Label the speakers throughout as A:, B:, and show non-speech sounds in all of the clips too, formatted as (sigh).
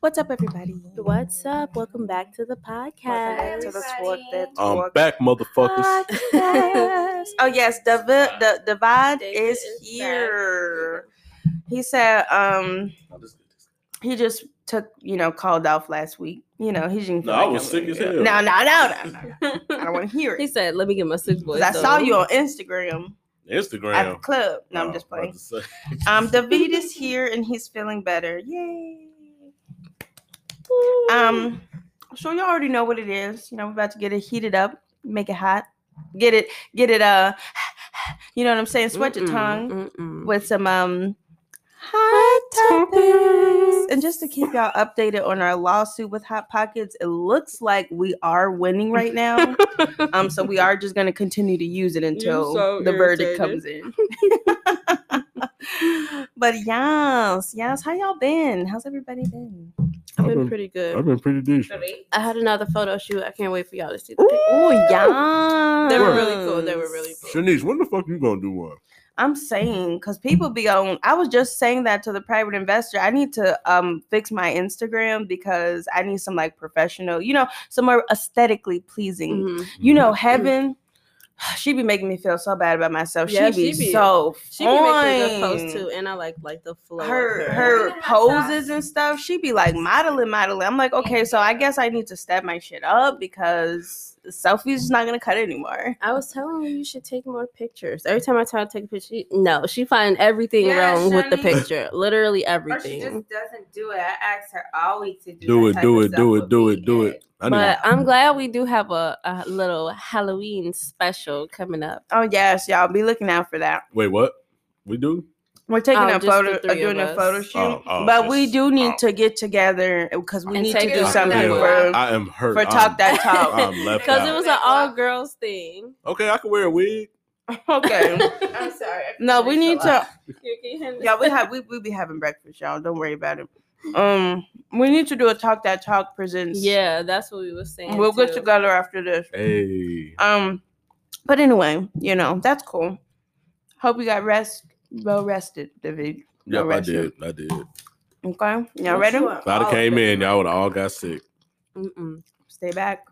A: What's up, everybody?
B: What's up? Welcome back to the
A: Welcome
B: podcast.
A: back to the Sword Fifth
C: I'm
A: Walk
C: Um, back, motherfuckers.
A: Podcast. oh yes, the vi- the divide
B: David
A: is
B: is back.
A: here. He said, um, he just took you know called off last week. You know, he didn't. feel
C: No, I
A: like
C: was
A: coming
C: sick as
A: in. No,
C: hell.
A: no, no, no, no. I
B: (laughs)
A: don't want to hear
B: He
A: it.
B: said, "Let me get my six boys."
A: 'Cause I saw you on Instagram at the
C: Instagram.
A: club. No, I'm just
C: Oh, I
A: playing. (laughs)
C: was about to say.
A: Um, David is here and he's feeling better. Yay. Um, so you already know what it is. You know, we're about to get it heated up, make it hot, get it, get it. Uh, (sighs) you know what I'm saying? Sweat your tongue with some um hot topics. And just to keep y'all updated on our lawsuit with Hot Pockets, it looks like we are winning right
B: (laughs)
A: now. um, so we are just gonna continue to use it until
B: so
A: the verdict
B: irritated.
A: comes in. (laughs) but yes, yes, how y'all been? How's everybody been?
B: I've
C: I've
B: been
C: been-
B: pretty
C: I've
B: good.
C: been pretty decent.
B: I had another photo shoot. I can't wait for y'all to see.
A: Ooh,
B: The pictures.
A: yeah.
B: They were really cool. They were really cool.
C: Shanice, when the fuck you gonna do one?
A: I'm saying because people be on. I was just saying that to the private investor. I need to um fix my Instagram because I need some like professional, you know, somewhere aesthetically pleasing.
B: Mhm.
A: You know,
C: Mm-hmm.
A: heaven. (sighs) She be making me feel so bad about myself.
B: Yeah,
A: she, be
B: she be-
A: so
B: She can make a good
A: fine.
B: post too, and I like like the flow. of
A: Her her poses and stuff. She be like modeling, modeling. I'm like, okay, so I guess I need to step my shit up because selfies is not gonna cut it anymore.
B: I was telling you you should take more pictures. Every time I try to take a picture, she, no, she find everything
D: Yeah,
B: wrong with the
D: Shani.
B: picture. Literally
D: Or she just
B: everything.
D: doesn't do it. I asked her always to do
C: Do
D: that
C: it,
D: type
C: do
D: of
C: it,
D: stuff
C: do it,
D: with
C: do
D: me,
C: it, do
D: and
C: it. I need
B: But I'm glad we do have a, a little Halloween special coming up.
A: Oh yes, y'all be looking out for that.
C: wait, what? We do?
A: We're taking
B: Oh,
A: a
B: just the
A: photo,
B: three
A: uh, doing
B: of
A: a photo
B: us.
A: shoot,
C: Oh, oh,
A: but we
C: just-
A: do need
C: oh.
A: to get together because we
B: And
A: need to
B: take
A: do
B: it
A: something
B: somewhere.
A: for
C: I am hurt.
A: for talk
C: I'm-
B: (laughs)
A: that talk.
C: I'm left
B: Because it
C: out.
B: was an all girls
A: (laughs)
B: thing.
C: Okay, I can wear a wig. (laughs)
A: okay.
D: I'm sorry. I
A: No, we need
D: finished a lot.
A: to.
B: You can handle-
A: Yeah, we have we we be having breakfast, y'all. Don't worry about it. Um, we need to do a talk that talk presents.
B: (laughs) Yeah, that's what we were saying.
A: we'll get
B: too.
A: together after this.
C: Hey.
A: (laughs) Um, but anyway, you know that's cool. Hope you got rest, well rested, David.
C: Yep,
A: Well
C: I
A: rested.
C: did. I did. If
A: Okay, y'all
B: Well,
A: ready?
B: sure.
C: I'd have
D: All
C: came
D: of
C: in,
D: it.
C: y'all would have all got sick.
B: Mm-mm.
A: Stay back.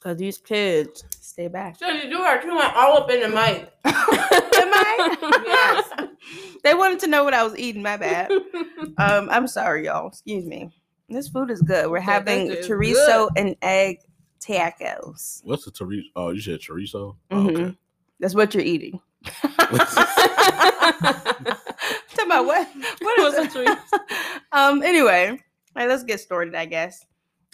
B: Cause these (laughs) kids.
A: Stay back.
D: So you do her. She went all up in the mic.
A: Am I? (laughs)
D: Yes.
A: they wanted to know what I was eating. My bad. Um, I'm sorry, y'all. Excuse me. This food is good. We're
B: Yeah,
A: having
B: this is
A: chorizo and egg tacos.
C: What's the chorizo? Oh, you said chorizo? Oh,
A: Mhm. (laughs)
C: okay. (laughs)
A: That's what you're eating. Talking about what? (laughs) What
B: What's
A: is
B: a
A: it? um. Anyway, all right, let's get started. I guess.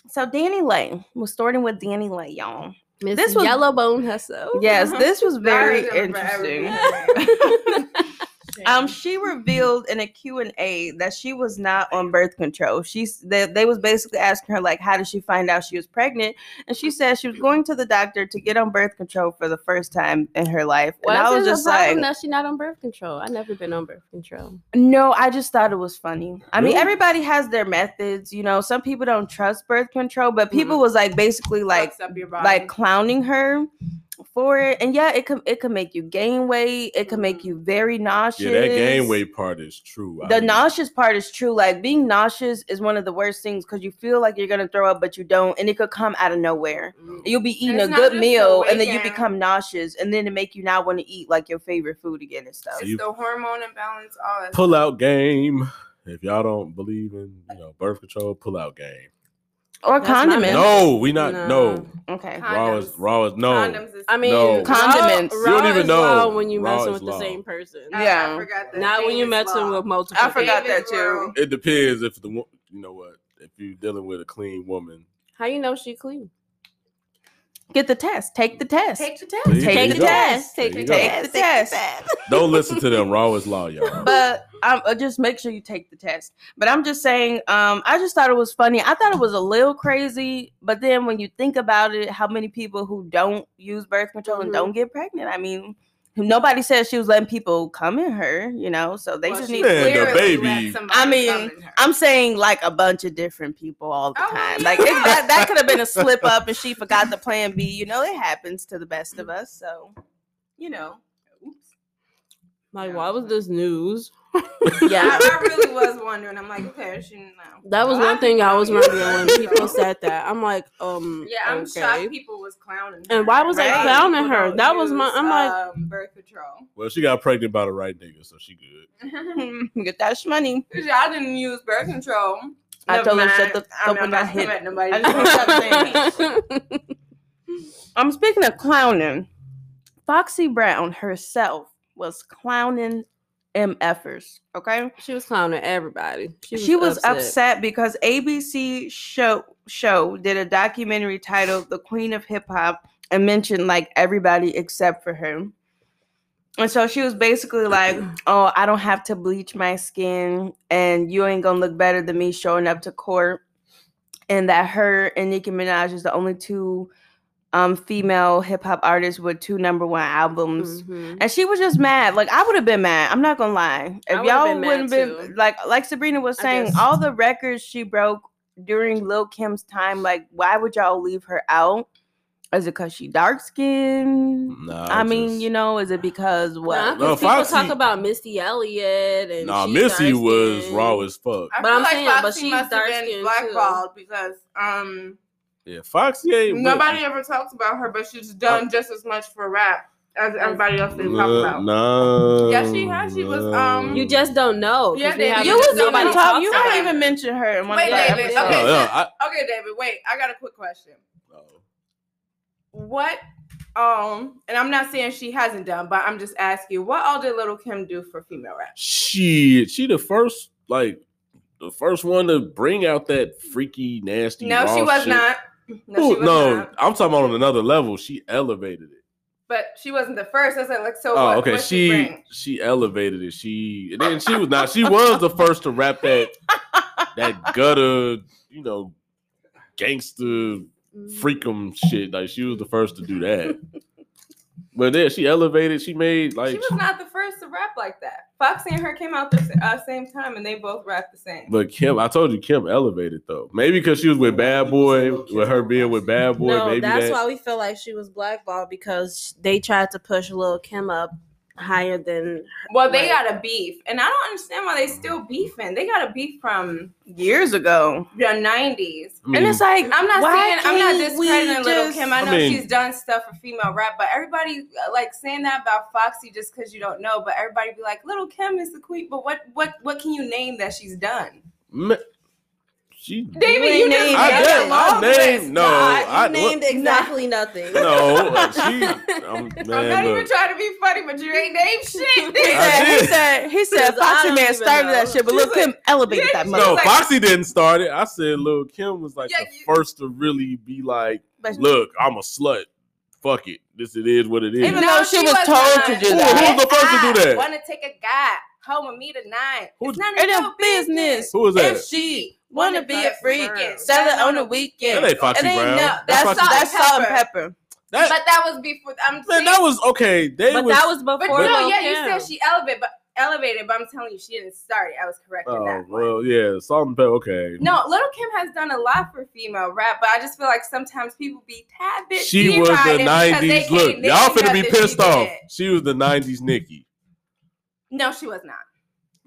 A: So Danny Lay. We're starting with Danny Lay, y'all.
B: Miss
A: This was-
B: Yellow Bone Hustle. (laughs)
A: (laughs) Yes, this was very
D: Now I remember
A: interesting. (laughs)
D: everything.
A: Um, she revealed in a Q and A that she was not on birth control. She's they, they was basically asking her like, how did she find out she was pregnant? And she said she was going to the doctor to get on birth control for the first time in her life.
B: Well,
A: and I was just like,
B: that she not on birth control. I never been on birth control.
A: no, I just thought it was funny. I mean,
C: Really?
A: everybody has their methods, you know. Some people don't trust birth control, but people was like basically like
D: Fucks up your body.
A: like clowning her for it. And yeah, it could it could make you gain weight. It could make
D: Mhm.
A: you very nauseous.
C: Yeah, that game weight part is true. I
A: the
C: mean,
A: nauseous part is true. Like being nauseous is one of the worst things because you feel like you're gonna throw up, but you don't, and it could come out of nowhere. You'll be eating
D: Mm. it's
A: a
D: not
A: good
D: just the
A: meal,
D: weight
A: and then you
D: gain.
A: become nauseous, and then it make you not want to eat like your favorite food again and stuff.
C: So
D: It's
C: you-
D: the hormone imbalance. All that.
C: pull out game. If y'all don't believe in you know birth control, pull out game.
A: Or
B: That's my
A: condiments.
B: method.
C: No, we not. No,
B: No.
A: Okay.
C: raw is raw is no.
D: Condoms is-
A: Um,
B: I mean,
C: No.
B: raw-
A: Condiments.
B: Raw,
A: You
C: don't even
B: is
C: know.
B: raw when you
C: Raw
B: messing
C: is
B: with the
C: raw.
B: same person.
D: I- I
A: yeah.
D: forgot that
B: Not when
D: name
B: you
D: is
B: messing
D: law.
B: with multiple.
A: I forgot that
B: people.
D: David's
A: too.
D: world.
C: It depends if the wo- you know what if you're dealing with a clean woman.
B: How you know she clean?
A: Get the test. Take the test.
D: Take the test.
C: There you
A: Take
C: go.
A: the test.
C: There
B: Take
C: you
B: the
C: go.
A: Take the
B: test.
A: test.
C: Don't listen to them. Raw is
D: (laughs)
C: law, y'all.
A: but um, uh, just make sure you take the test. But I'm just saying, um, I just thought it was funny. I thought it was a little crazy, but then when you think about it, how many people who don't use birth control
B: Mhm.
A: and don't get pregnant? I mean, nobody said she was letting people come in her, you know. So they
D: Well,
A: just need.
D: she
C: Man, the
D: clearly
C: baby.
D: let somebody
A: I mean,
D: come in her.
A: I'm saying like a bunch of different people all the
D: Oh,
A: time.
D: yeah.
A: Like it, that, that could have been a slip up, and she forgot the plan B. You know, it happens to the best of us. So, you know, oops.
B: Like, why was this news?
D: I,
B: Yeah.
D: I really was wondering. I'm like, okay, she didn't know.
B: That was
D: Well,
B: one
D: I
B: thing I
D: didn't
B: was
D: know.
A: (laughs)
B: wondering when
D: (laughs)
B: people said that. I'm like, um,
D: Yeah, I'm
B: okay. (laughs)
D: shocked people was clowning.
B: And
D: her.
B: why was
A: they
B: clowning
D: People
B: her?
D: don't
B: That was my-
D: use,
B: I'm like-
D: um, (laughs) birth control.
C: Well, she got pregnant by the right nigga, so she
A: (laughs)
C: good.
A: Get that money.
D: Y'all didn't use birth control.
A: I
D: Never
A: told her,
D: mind.
A: shut the
D: I
A: fuck up
D: mean, I'm
A: when I
D: not
A: hit-
B: (laughs)
D: hit nobody.
A: I just wanna stop saying I'm Um, speaking of clowning. Foxy Brown herself was clowning MFers. Okay.
B: she was clowning everybody. She was,
A: she was upset.
B: upset.
A: because ABC show show did a documentary titled "The Queen of Hip Hop" and mentioned like everybody except for her. And so she was basically like,
B: (clears throat)
A: "Oh, I don't have to bleach my skin, and you ain't gonna look better than me showing up to court." And that her and Nicki Minaj is the only two um, female hip hop artists with two number one albums.
B: Mhm.
A: And she was just mad. Like I would have been mad. I'm not gonna lie. If
B: I would've
A: y'all
B: been mad,
A: wouldn't
B: too.
A: been like like Sabrina was
B: I
A: saying,
B: just-
A: all the records she broke during Lil Kim's time, like why would y'all leave her out? Is it because she dark skinned?
C: Nah,
A: I mean, you know, is it because what?
B: Nah, 'cause
C: No,
B: people talk
C: Foxy-
B: about Missy Elliott and
C: Nah,
B: she
C: Missy
B: dark
C: was
B: skin.
C: raw as fuck.
D: (laughs) I
B: But
D: feel
B: I'm
D: like
B: saying, but
D: Foxy
B: she's
D: must have
B: dark-skinned,
D: been
B: too.
D: blackballed because um
C: Yeah, Foxy ain't.
D: nobody
C: with-
D: ever talks about her, but
B: Oh.
D: she's done just as much for rap as everybody else they talk
C: Nah,
D: about.
C: Nah.
D: Yeah, she has. She was, um,
B: You just don't know. 'cause
D: Yeah,
B: we
D: they-
B: haven't-
A: you was
D: nobody
A: even
D: talks
A: talking. You
D: about
A: didn't
D: her.
A: even mention her in one
D: Wait,
A: of the
D: David,
A: episodes.
C: No,
D: okay.
C: no, Oh, I- oh,
D: Okay, David, wait. I got a quick question.
C: no.
D: What um and I'm not saying she hasn't done, but I'm just asking you, what all did Little Kim do for female rap?
C: Shit, she the first like the first one to bring out that freaky nasty.
D: No,
C: raw
D: she was
C: shit.
D: not. No,
C: Ooh,
D: she was
C: no,
D: not.
C: I'm talking about on another level. She elevated it.
D: But she wasn't the first. I said, like, so
C: oh,
D: what,
C: okay.
D: what she,
C: She
D: bring?
C: she elevated it. She and then she was not. She was the first to rap that that gutter, you know, gangster
B: Mm.
C: freakum shit. Like she was the first to do that. But then she elevated. She made
D: she
C: like.
D: was not the first to rap like that. Foxy and her came out the s- uh, same time, and they both rap the same.
C: But Kim, I told you Kim elevated though. Maybe because she was with Bad Boy, with her being with Bad Boy,
B: no,
C: maybe
B: that's
C: that.
B: why we feel like she was blackballed because they tried to push Lil Kim up higher than
D: Well, they
B: Right.
D: got a beef, and I don't understand why they still beefing. They got a beef from
A: Years ago,
D: the '90s.
C: I mean,
A: and it's like
D: I'm not
A: why
D: saying I'm not
A: can't we
D: discrediting Little
A: just-
D: Kim. I
C: I
D: know
C: mean-
D: she's done stuff for female rap, but everybody uh, like saying that about Foxy just because you don't know. But everybody be like, Little Kim is the queen. But what what what can you name that she's done?
C: Ma- she.
D: David,
A: ain't
D: you
A: named
D: just
C: I
D: gave
C: did.
D: a
C: I
D: long list.
C: named no. I
D: (laughs)
C: what-
B: exactly nothing.
C: no. She. um,
D: I'm not
C: man,
D: even
C: look.
D: trying to be funny, but you ain't named shit.
A: he
D: (laughs)
C: (laughs) I
A: said, he
C: did.
A: said, he said,
B: Because I
A: Foxy
B: don't
A: Man
B: even
A: started that
B: know.
A: shit, but look
D: She's
A: him elevate that
D: she
A: mother.
C: No,
D: like-
C: Foxy didn't start it. I said Lil Kim was like
D: Yeah,
C: the
D: you-
C: first to really be like,
A: But-
C: look, I'm a slut. Fuck it. This it is what it is.
A: Even though she was told to do
C: Who- that. who was the first to do that?
D: Want to take a guy home with me tonight?
C: Who-
D: it's none of
A: It
D: your
A: ain't business.
C: Who is that?
A: If she wanna be a freak,
D: Girl.
A: sell it on the weekend.
C: That ain't Foxy
A: It ain't
C: Brown.
A: no-
C: That's
A: That's,
C: Foxy-
A: salt, that's salt and pepper.
D: But
C: That,
D: that was before. I'm
C: man,
D: saying,
C: that was okay. They
B: But
C: was,
B: that was before.
D: But no,
B: Lil
D: yeah,
B: Kim.
D: you said she elevated, but elevated. But I'm telling you, she didn't start it. I was correcting
C: Oh
D: that. one.
C: well, yeah, salt and pepper. Okay.
D: No, Little Kim has done a lot for female rap, but I just feel like sometimes people be tad bit.
C: She was the '90s. Look, y'all finna be pissed off. She was the '90s Nicki.
D: No, she was not.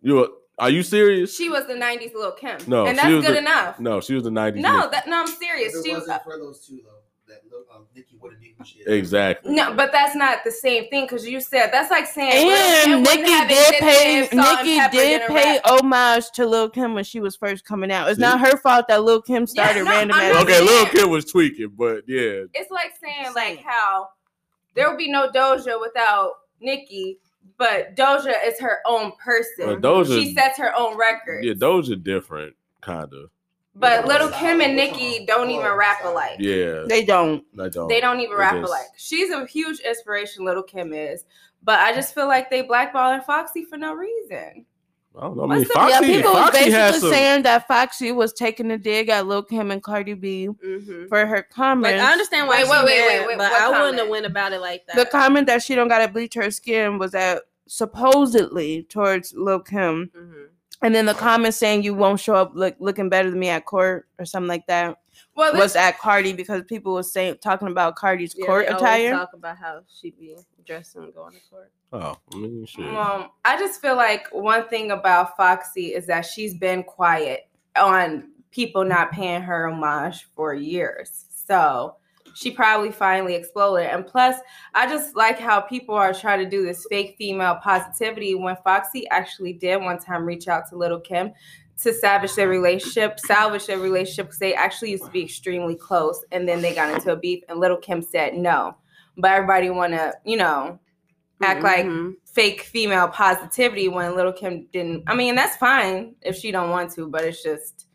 C: You are you serious?
D: She was the '90s Little Kim.
C: No,
D: and
C: she
D: that's
C: was
D: good
C: the-
D: enough.
C: No, she was the '90s.
D: No,
C: Nicki.
D: that no, I'm serious.
E: If it
D: She
A: uh,
E: wasn't for those two though, that uh, Nikki would have been who she is.
C: exactly.
D: no, but that's not the same thing because you said that's like saying Lil'
A: And
D: Kim wouldn't
A: Nikki
D: have
A: did
D: existed
A: pay
D: if Salt and
A: Nikki
D: Pepper
A: did
D: didn't
A: pay
D: rap.
A: homage to Lil Kim when she was first coming out. It's not her fault that Lil Kim started
D: no,
A: random
D: I'm
A: ass.
D: not-
C: Okay, Lil Kim was tweaking, but yeah,
D: It's like
A: Same.
D: saying like how there would be no Doja without Nikki, but Doja is her own person.
C: Well, Doja-
D: she sets her own record.
C: yeah, those are different, kinda.
D: but
C: yeah.
D: Little Kim and
E: What's
D: Nikki
E: wrong?
D: don't even
E: Whoa,
D: rap
E: sorry.
D: alike.
C: Yeah,
A: They don't.
C: I don't.
D: They don't even
C: They
D: rap
C: just-
D: alike. She's a huge inspiration, Little Kim is. But I just feel like they blackballing Foxy for no reason.
C: I don't know. I
D: What's
C: mean,
D: the-
C: Foxy,
A: yeah, people was
C: Foxy has
A: basically
C: some.
A: saying that Foxy was taking a dig at Lil Kim and Cardi B
B: Mhm.
A: for her
B: Like
A: comments.
B: I understand why
D: Mm-hmm. Wait,
B: she
D: wait, wait,
B: mad,
D: wait, wait,
B: but
D: what
B: I wouldn't have
D: comment?
B: went about it like that.
A: the comment that she don't gotta bleach her skin was that supposedly towards Lil Kim.
B: Mhm.
A: And then the comments saying you won't show up look looking better than me at court or something like that
D: Well,
A: was
D: this,
A: at Cardi because people were saying talking about Cardi's
B: Yeah,
A: court
B: they always
A: attire.
B: Talk about how she be dressing and going to court.
C: Oh, I mean, shit.
D: um, I just feel like one thing about Foxy is that she's been quiet on people not paying her homage for years. So she probably finally exploded. And plus, I just like how people are trying to do this fake female positivity when Foxy actually did one time reach out to Little Kim to salvage their relationship, salvage their relationship because they actually used to be extremely close and then they got into a beef and Little Kim said no. But everybody wanna, you know, act like
C: Mm-hmm.
B: Mhm.
D: fake female positivity when Little Kim didn't. I mean, that's fine if she don't want to, but it's just,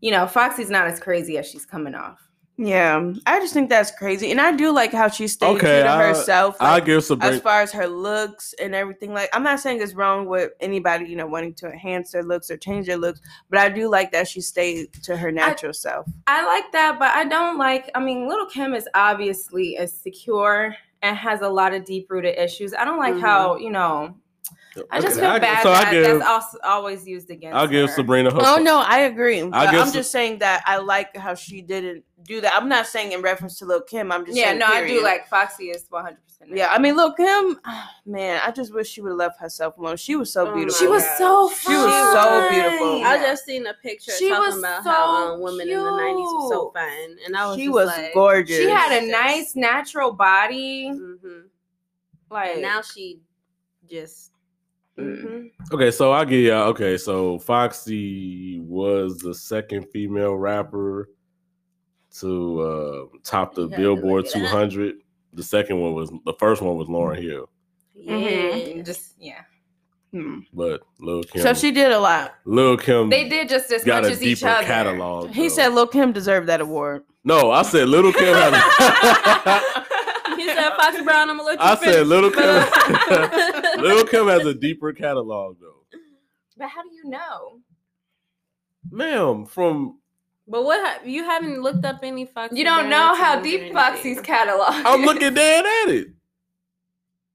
D: you know, Foxy's not as crazy as she's coming off.
A: Yeah, I just think that's crazy, and I do like how she stayed
C: Okay,
A: true to
C: I-
A: herself.
C: I
A: like,
C: give Sabrina.
A: as far as her looks and everything. Like, I'm not saying it's wrong with anybody, you know, wanting to enhance their looks or change their looks, but I do like that she stayed to her natural self.
D: I like that, but I don't like. I mean, Little Kim is obviously insecure and has a lot of deep rooted issues. I don't like
A: Mm-hmm.
D: how you know. I just
C: Okay,
D: feel
C: I-
D: bad
C: So
D: that
C: I give,
D: that's also always used against.
C: I give
D: her.
C: Sabrina her.
A: Oh no, I agree. But I
C: guess-
A: am just saying that I like how she didn't do that. I'm not saying in reference to Lil Kim. I'm just
D: Yeah,
A: saying,
D: no, I do
A: period.
D: like Foxy is one hundred percent.
A: Yeah, I mean, Lil Kim, ah, man, I just wish she would have left herself alone. She was so
B: Oh,
A: beautiful.
D: she was so
A: She was so
D: fine.
A: beautiful.
B: I just seen a picture
D: She
B: talking
D: was
B: about
D: so
B: how um, women in the '90s was so
D: cute.
B: fine, and I was
A: she
B: just
A: was
B: like,
A: gorgeous.
D: She had a
B: Yes.
D: nice natural body.
B: hmm
D: Like
B: And now she just
D: Mhm.
C: Okay, so I get y'all. Okay, so Foxy was the second female rapper to uh, top the
B: You had to
C: Billboard
B: look it up.
C: 200. The second one was the first one was Lauren Hill,
B: yeah,
D: Mhm. Just yeah.
A: Hmm.
C: but Lil Kim.
A: So she did a lot.
C: Lil Kim
D: They did just as
C: Hmm. got
D: much
C: a
D: as each
C: deeper
D: other.
C: catalog.
A: He
C: though.
A: said Lil Kim deserved that award.
C: "No, I said Little Kim." Has a- (laughs)
B: He said, "Foxy Brown, I'm gonna let you
C: I said
B: finish."
C: Little
B: (laughs)
C: Kim. (laughs)
B: But, uh,
C: Little Kim has a deeper catalog though,
D: But how do you know?
C: ma'am. From
B: but what ha- you haven't looked up any Foxy?
D: You don't
B: Brown
D: know how
B: songs or
D: deep
B: anything.
D: Foxy's (laughs) catalog.
C: I'm
D: is.
C: looking dead at it.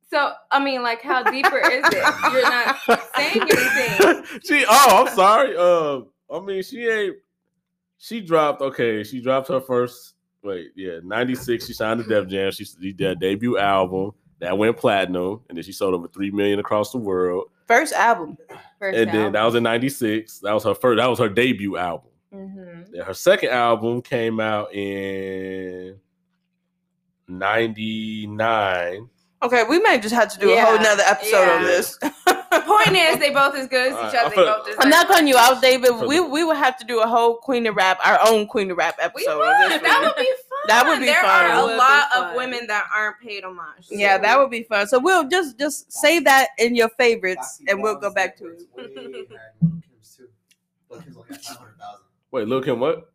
D: So I mean, like, how deeper is (laughs) it? You're not saying
C: (laughs)
D: anything.
C: she oh, I'm sorry. Uh, I mean, she ain't. She dropped okay. She dropped her first. Wait, yeah, '96. She signed to Def Jam. She, she did a debut album that went platinum, and then she sold over three million across the world.
A: First album.
D: First
C: and then that was in '96. That was her first. That was her debut album.
D: Mm-hmm.
C: Then her second album came out in '99.
A: Okay, we may just have to do
D: Yeah,
A: a whole nother episode on
D: yeah.
A: this. (laughs)
D: The point is, they both as good as
C: All
D: each
C: right,
D: other. They
C: I'm-
D: both deserve
A: I'm not calling you out, David.
C: For
A: We
C: the-
A: we would have to do a whole Queen of Rap, our own Queen of Rap
D: We
A: episode.
D: would.
A: on this
D: That
A: one.
D: would be fun.
A: That would be
D: there
A: fun.
D: There
B: That
D: are
B: would
D: a
B: be
D: lot
B: fun.
D: of women that aren't paid homage.
A: yeah, that would be fun. So we'll just just save that in your favorites, and we'll go back to it.
C: Wait, Lil Kim, what?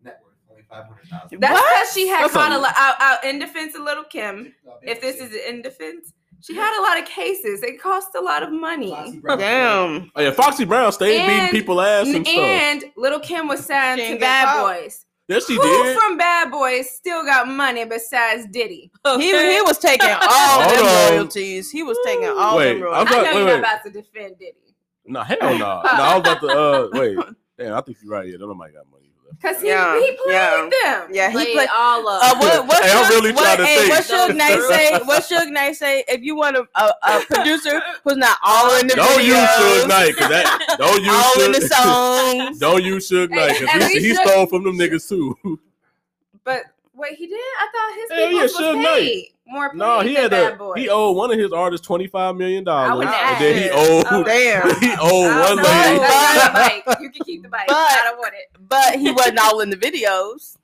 D: That's
A: What?
D: because she had
C: That's a-
D: caught a lot. Out, out in defense of Little Kim, if this is in defense, she had a lot of cases. It cost a lot of money.
A: Damn.
C: Oh yeah, Foxy Brown stayed
D: And-
C: beating people ass and stuff.
D: And Little Kim was signed
A: She
D: to
A: ain't get
D: Bad
A: caught.
D: Boys.
C: Yes, she
D: Who
C: did.
D: from Bad Boys still got money besides Diddy?
A: (laughs) He he was
D: (laughs)
A: taking all
C: Hold
A: them
C: on.
A: royalties. He was taking all
C: Wait,
A: them royalties.
C: I'm
D: I
C: sorry,
D: know
C: wait,
D: you're
C: wait.
D: not about to defend Diddy
C: No, hell no. no, I was about to. Uh, wait, damn, I think you're right. Yeah, nobody got money for that.
D: because he,
A: Yeah,
D: he played
A: yeah.
D: with them.
A: yeah, he
B: Played
A: played.
B: all of.
A: Uh,
D: (laughs)
A: what what
C: Hey, I'm
A: Suge-
C: really trying
A: what,
C: to
A: hey,
C: think.
A: what Suge Knight say? What Suge Knight say? If you want a, a, a producer who's not all in the
C: Don't use
A: videos,
C: Suge Knight, cause that don't use
A: all in
C: Suge,
A: the
C: (laughs)
A: songs.
C: Don't use Suge Knight,
D: At
C: cause he,
D: least
C: he
D: Suge-
C: stole from them niggas too.
D: But wait, he did. I thought his
C: Hell
D: people
C: yeah,
D: was
C: Suge Knight.
D: paid more.
C: no,
D: paid
C: he
D: than
C: had
D: Bad
C: a
D: Boys.
C: he owed one of his artists twenty five million
D: I
C: dollars,
D: wouldn't
C: and then he
D: ask.
C: owed
D: I
C: (laughs)
D: wouldn't
A: Damn.
C: he owed
D: Oh,
C: one
D: no,
A: lady.
D: that's
C: lady.
D: not a bike. You can keep the bike.
A: But-
D: I don't want it.
A: but he wasn't all in the videos.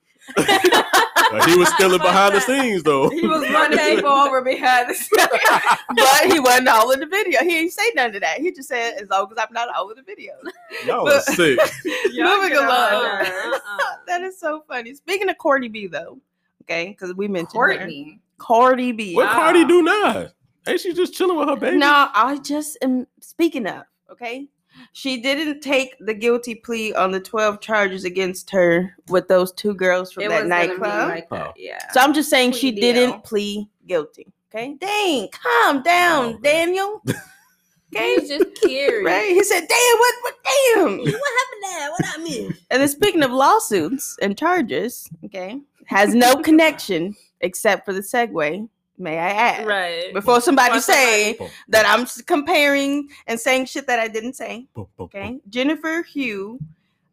C: But he was
D: (laughs)
C: stealing behind the scenes though.
D: He was
A: (laughs)
D: running people over behind the
A: But he wasn't all in the video. He didn't say none of that. He just said, as long as I'm not all in the video.
C: (laughs) Y'all was sick.
A: Moving along.
D: (laughs)
B: uh-uh.
A: (laughs) (laughs) That is so funny. Speaking of Cardi B, though, okay, because we mentioned her.
D: Courtney.
A: Cardi B.
C: What Cardi do now? Ain't she just chilling with her baby?
A: No, I just am speaking of, okay? She didn't take the guilty plea on the 12 charges against her with those two girls from
D: It
A: that
D: was gonna be
A: nightclub.
D: Like
C: Oh.
D: that. Yeah.
A: so I'm just saying she
D: plea deal.
A: didn't plea guilty. Okay? Dang, calm down,
C: (laughs) Oh, man.
A: Daniel. game.
B: He's just curious.
A: Right? He said, "Damn, what? What? Damn!"
B: What happened there? What I mean?
A: (laughs) And then speaking of lawsuits and charges, okay, has
C: (laughs)
A: no connection except for the segue. May I add?
B: Right.
A: Before somebody
B: Before
A: say
B: somebody-
A: that I'm s- comparing and saying shit that I didn't say, okay, Jennifer Hugh,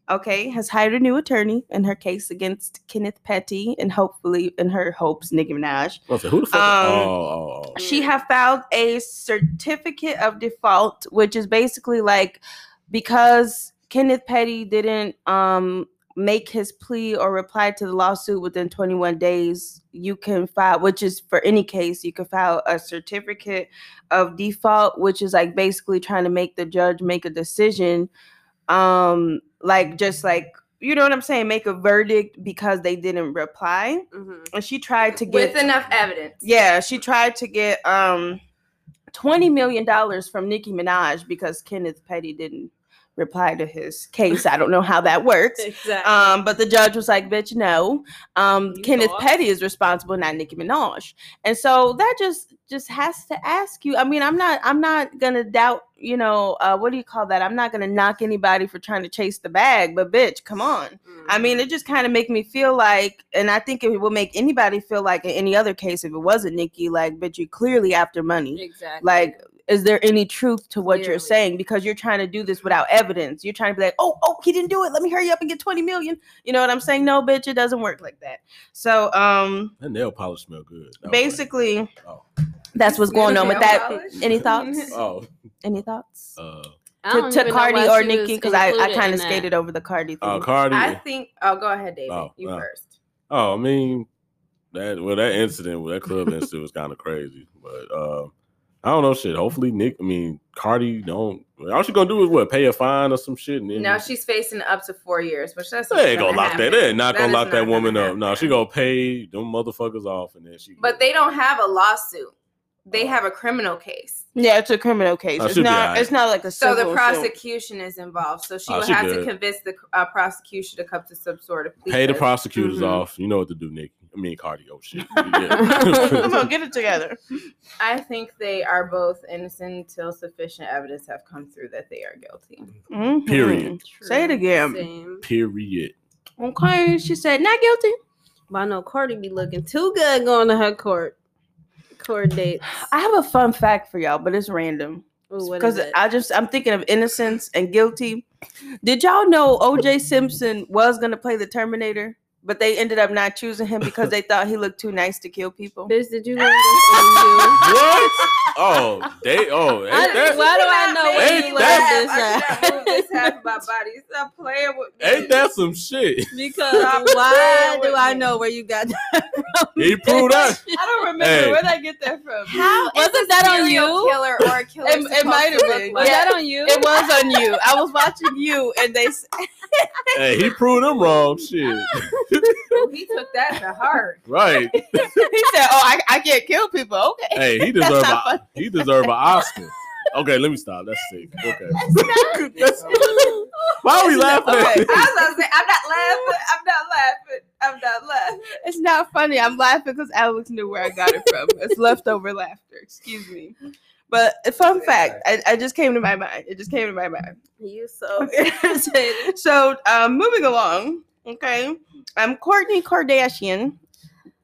A: okay, has hired a new attorney in her case against Kenneth Petty, and hopefully, in her hopes, Nicki Minaj.
C: I was like, who the fuck?
A: Um,
C: oh, oh, oh.
A: she have filed a certificate of default which is basically like because kenneth petty didn't um make his plea or reply to the lawsuit within 21 days you can file which is for any case you can file a certificate of default which is like basically trying to make the judge make a decision um like just like you know what i'm saying make a verdict because they didn't reply
B: Mm-hmm.
A: and she tried to get
D: with enough evidence.
A: yeah, she tried to get um twenty million dollars from Nicki Minaj because Kenneth Petty didn't reply to his case. I don't know how that works.
B: (laughs) Exactly.
A: Um, but the judge was like, "Bitch, no." Um,
B: You
A: Kenneth
B: thought?
A: Petty is responsible, not Nicki Minaj, and so that just just has to ask you. I mean, I'm not I'm not gonna doubt. You know, uh, what do you call that? I'm not gonna knock anybody for trying to chase the bag, but bitch, come on. I mean, it just kind of make me feel like, and I think it would make anybody feel like in any other case if it wasn't Nikki, like, but you clearly after money.
B: exactly.
A: Like, is there any truth to what you're
B: Clearly.
A: saying? Because you're trying to do this without evidence. You're trying to be like, oh, oh, he didn't do it. Let me hurry up and get 20 million. You know what I'm saying? No, bitch, it doesn't work like that. So um
C: that nail polish smell good. That was
A: basically
C: Oh.
A: that's what's going on with that.
D: Polish?
A: Any thoughts?
C: like, oh,
A: Any thoughts?
C: uh,
B: I
A: To,
B: don't
A: to
B: even know why
A: Cardi
B: she
A: or
B: was
A: Nikki, because I, I
B: included
A: kind
B: in
A: of
B: that.
A: skated over the Cardi thing.
C: uh, Cardi.
D: I think. Oh, go ahead, David.
C: Oh,
D: you
C: wow.
D: first.
C: Oh, I mean that well that incident with that club incident was kind of crazy, but uh, I don't know shit. Hopefully Nick, I mean Cardi, don't all she gonna do is what pay a fine or some shit, and then
D: Now she's facing up to four years, which that's
C: they ain't gonna lock that. They ain't not
D: That
C: gonna
D: is
C: lock
D: not
C: that
D: gonna
C: woman up.
D: happen.
C: No, she gonna pay them motherfuckers off, and then she.
D: But they don't have a lawsuit. They have a criminal case.
A: Yeah, it's a criminal case.
C: Oh,
A: it's
C: she'll be
A: not.
C: alright.
A: It's not like a
D: So the
A: civil suit.
D: prosecution is involved. So she
C: Oh,
D: will
C: she
D: have to
C: good.
D: convince the uh, prosecution to come to some sort of plea.
C: pay the
D: deal.
C: prosecutors
D: Mm-hmm.
A: Mhm.
C: off. You know what to do, Nick. I mean Cardi. Oh
D: (laughs)
C: shit.
A: (laughs) Come
C: Yeah. (laughs)
A: on, get it together.
D: I think they are both innocent until sufficient evidence have come through that they are guilty.
A: Mhm.
D: Mm-hmm.
C: Period.
A: Say it again.
B: Same.
C: Period.
A: Okay, she said not guilty.
B: But I know Cardi be looking too good going to her court court dates.
A: I have a fun fact for y'all, but it's random
B: Ooh, what is
A: because
B: it?
A: I just I'm thinking of innocence and guilty. Did y'all know O.J. Simpson was gonna play the Terminator, but they ended up not choosing him because they thought he looked too nice to kill people.
B: Bitch,
A: (laughs)
B: did you learn this on you?
C: What? Oh, they. Oh, ain't
B: I-
C: that,
B: why do I know
C: where you
B: learned
D: I
B: this
D: cannot move this half (laughs) of my body. Stop playing with me.
C: ain't that some
D: (laughs)
C: shit?
B: Because
D: Stop
B: why
D: playing
B: do
D: with
B: I
D: me.
B: know where you got that?
C: He proved that.
D: I don't remember
C: Hey.
D: where did I get that from.
B: How
D: Is
B: wasn't
D: a
B: that on
D: serial
B: you?
D: Killer
A: (laughs)
D: or a killer?
A: It- it
D: supposed
A: might
D: to
A: have
D: look
A: been.
B: Was
D: like-
B: that on you?
A: It was on you. I
B: (laughs)
A: was watching you, and they s-
C: hey, he proved them wrong. Shit.
D: Ooh, he took that to heart.
C: Right.
A: he said, "Oh, I, I can't kill people." Okay.
C: Hey,
A: (laughs)
C: he
A: That's
C: deserve
A: not
C: a, he deserve an Oscar. Okay, let me stop. That's sick. Okay. That's- why are we laughing at (laughs)
A: Okay.
C: this?
D: I was gonna say, I'm not laughing. I'm not laughing. I'm not laughing.
A: It's not funny. I'm laughing because Alex knew where I got it from.
D: (laughs)
A: It's leftover laughter. Excuse me. But a fun fact, I, I just came to my mind. It just came to my mind. (laughs)
B: You (laughs) so irritated.
A: So um, moving along, okay. Um, Courtney Kardashian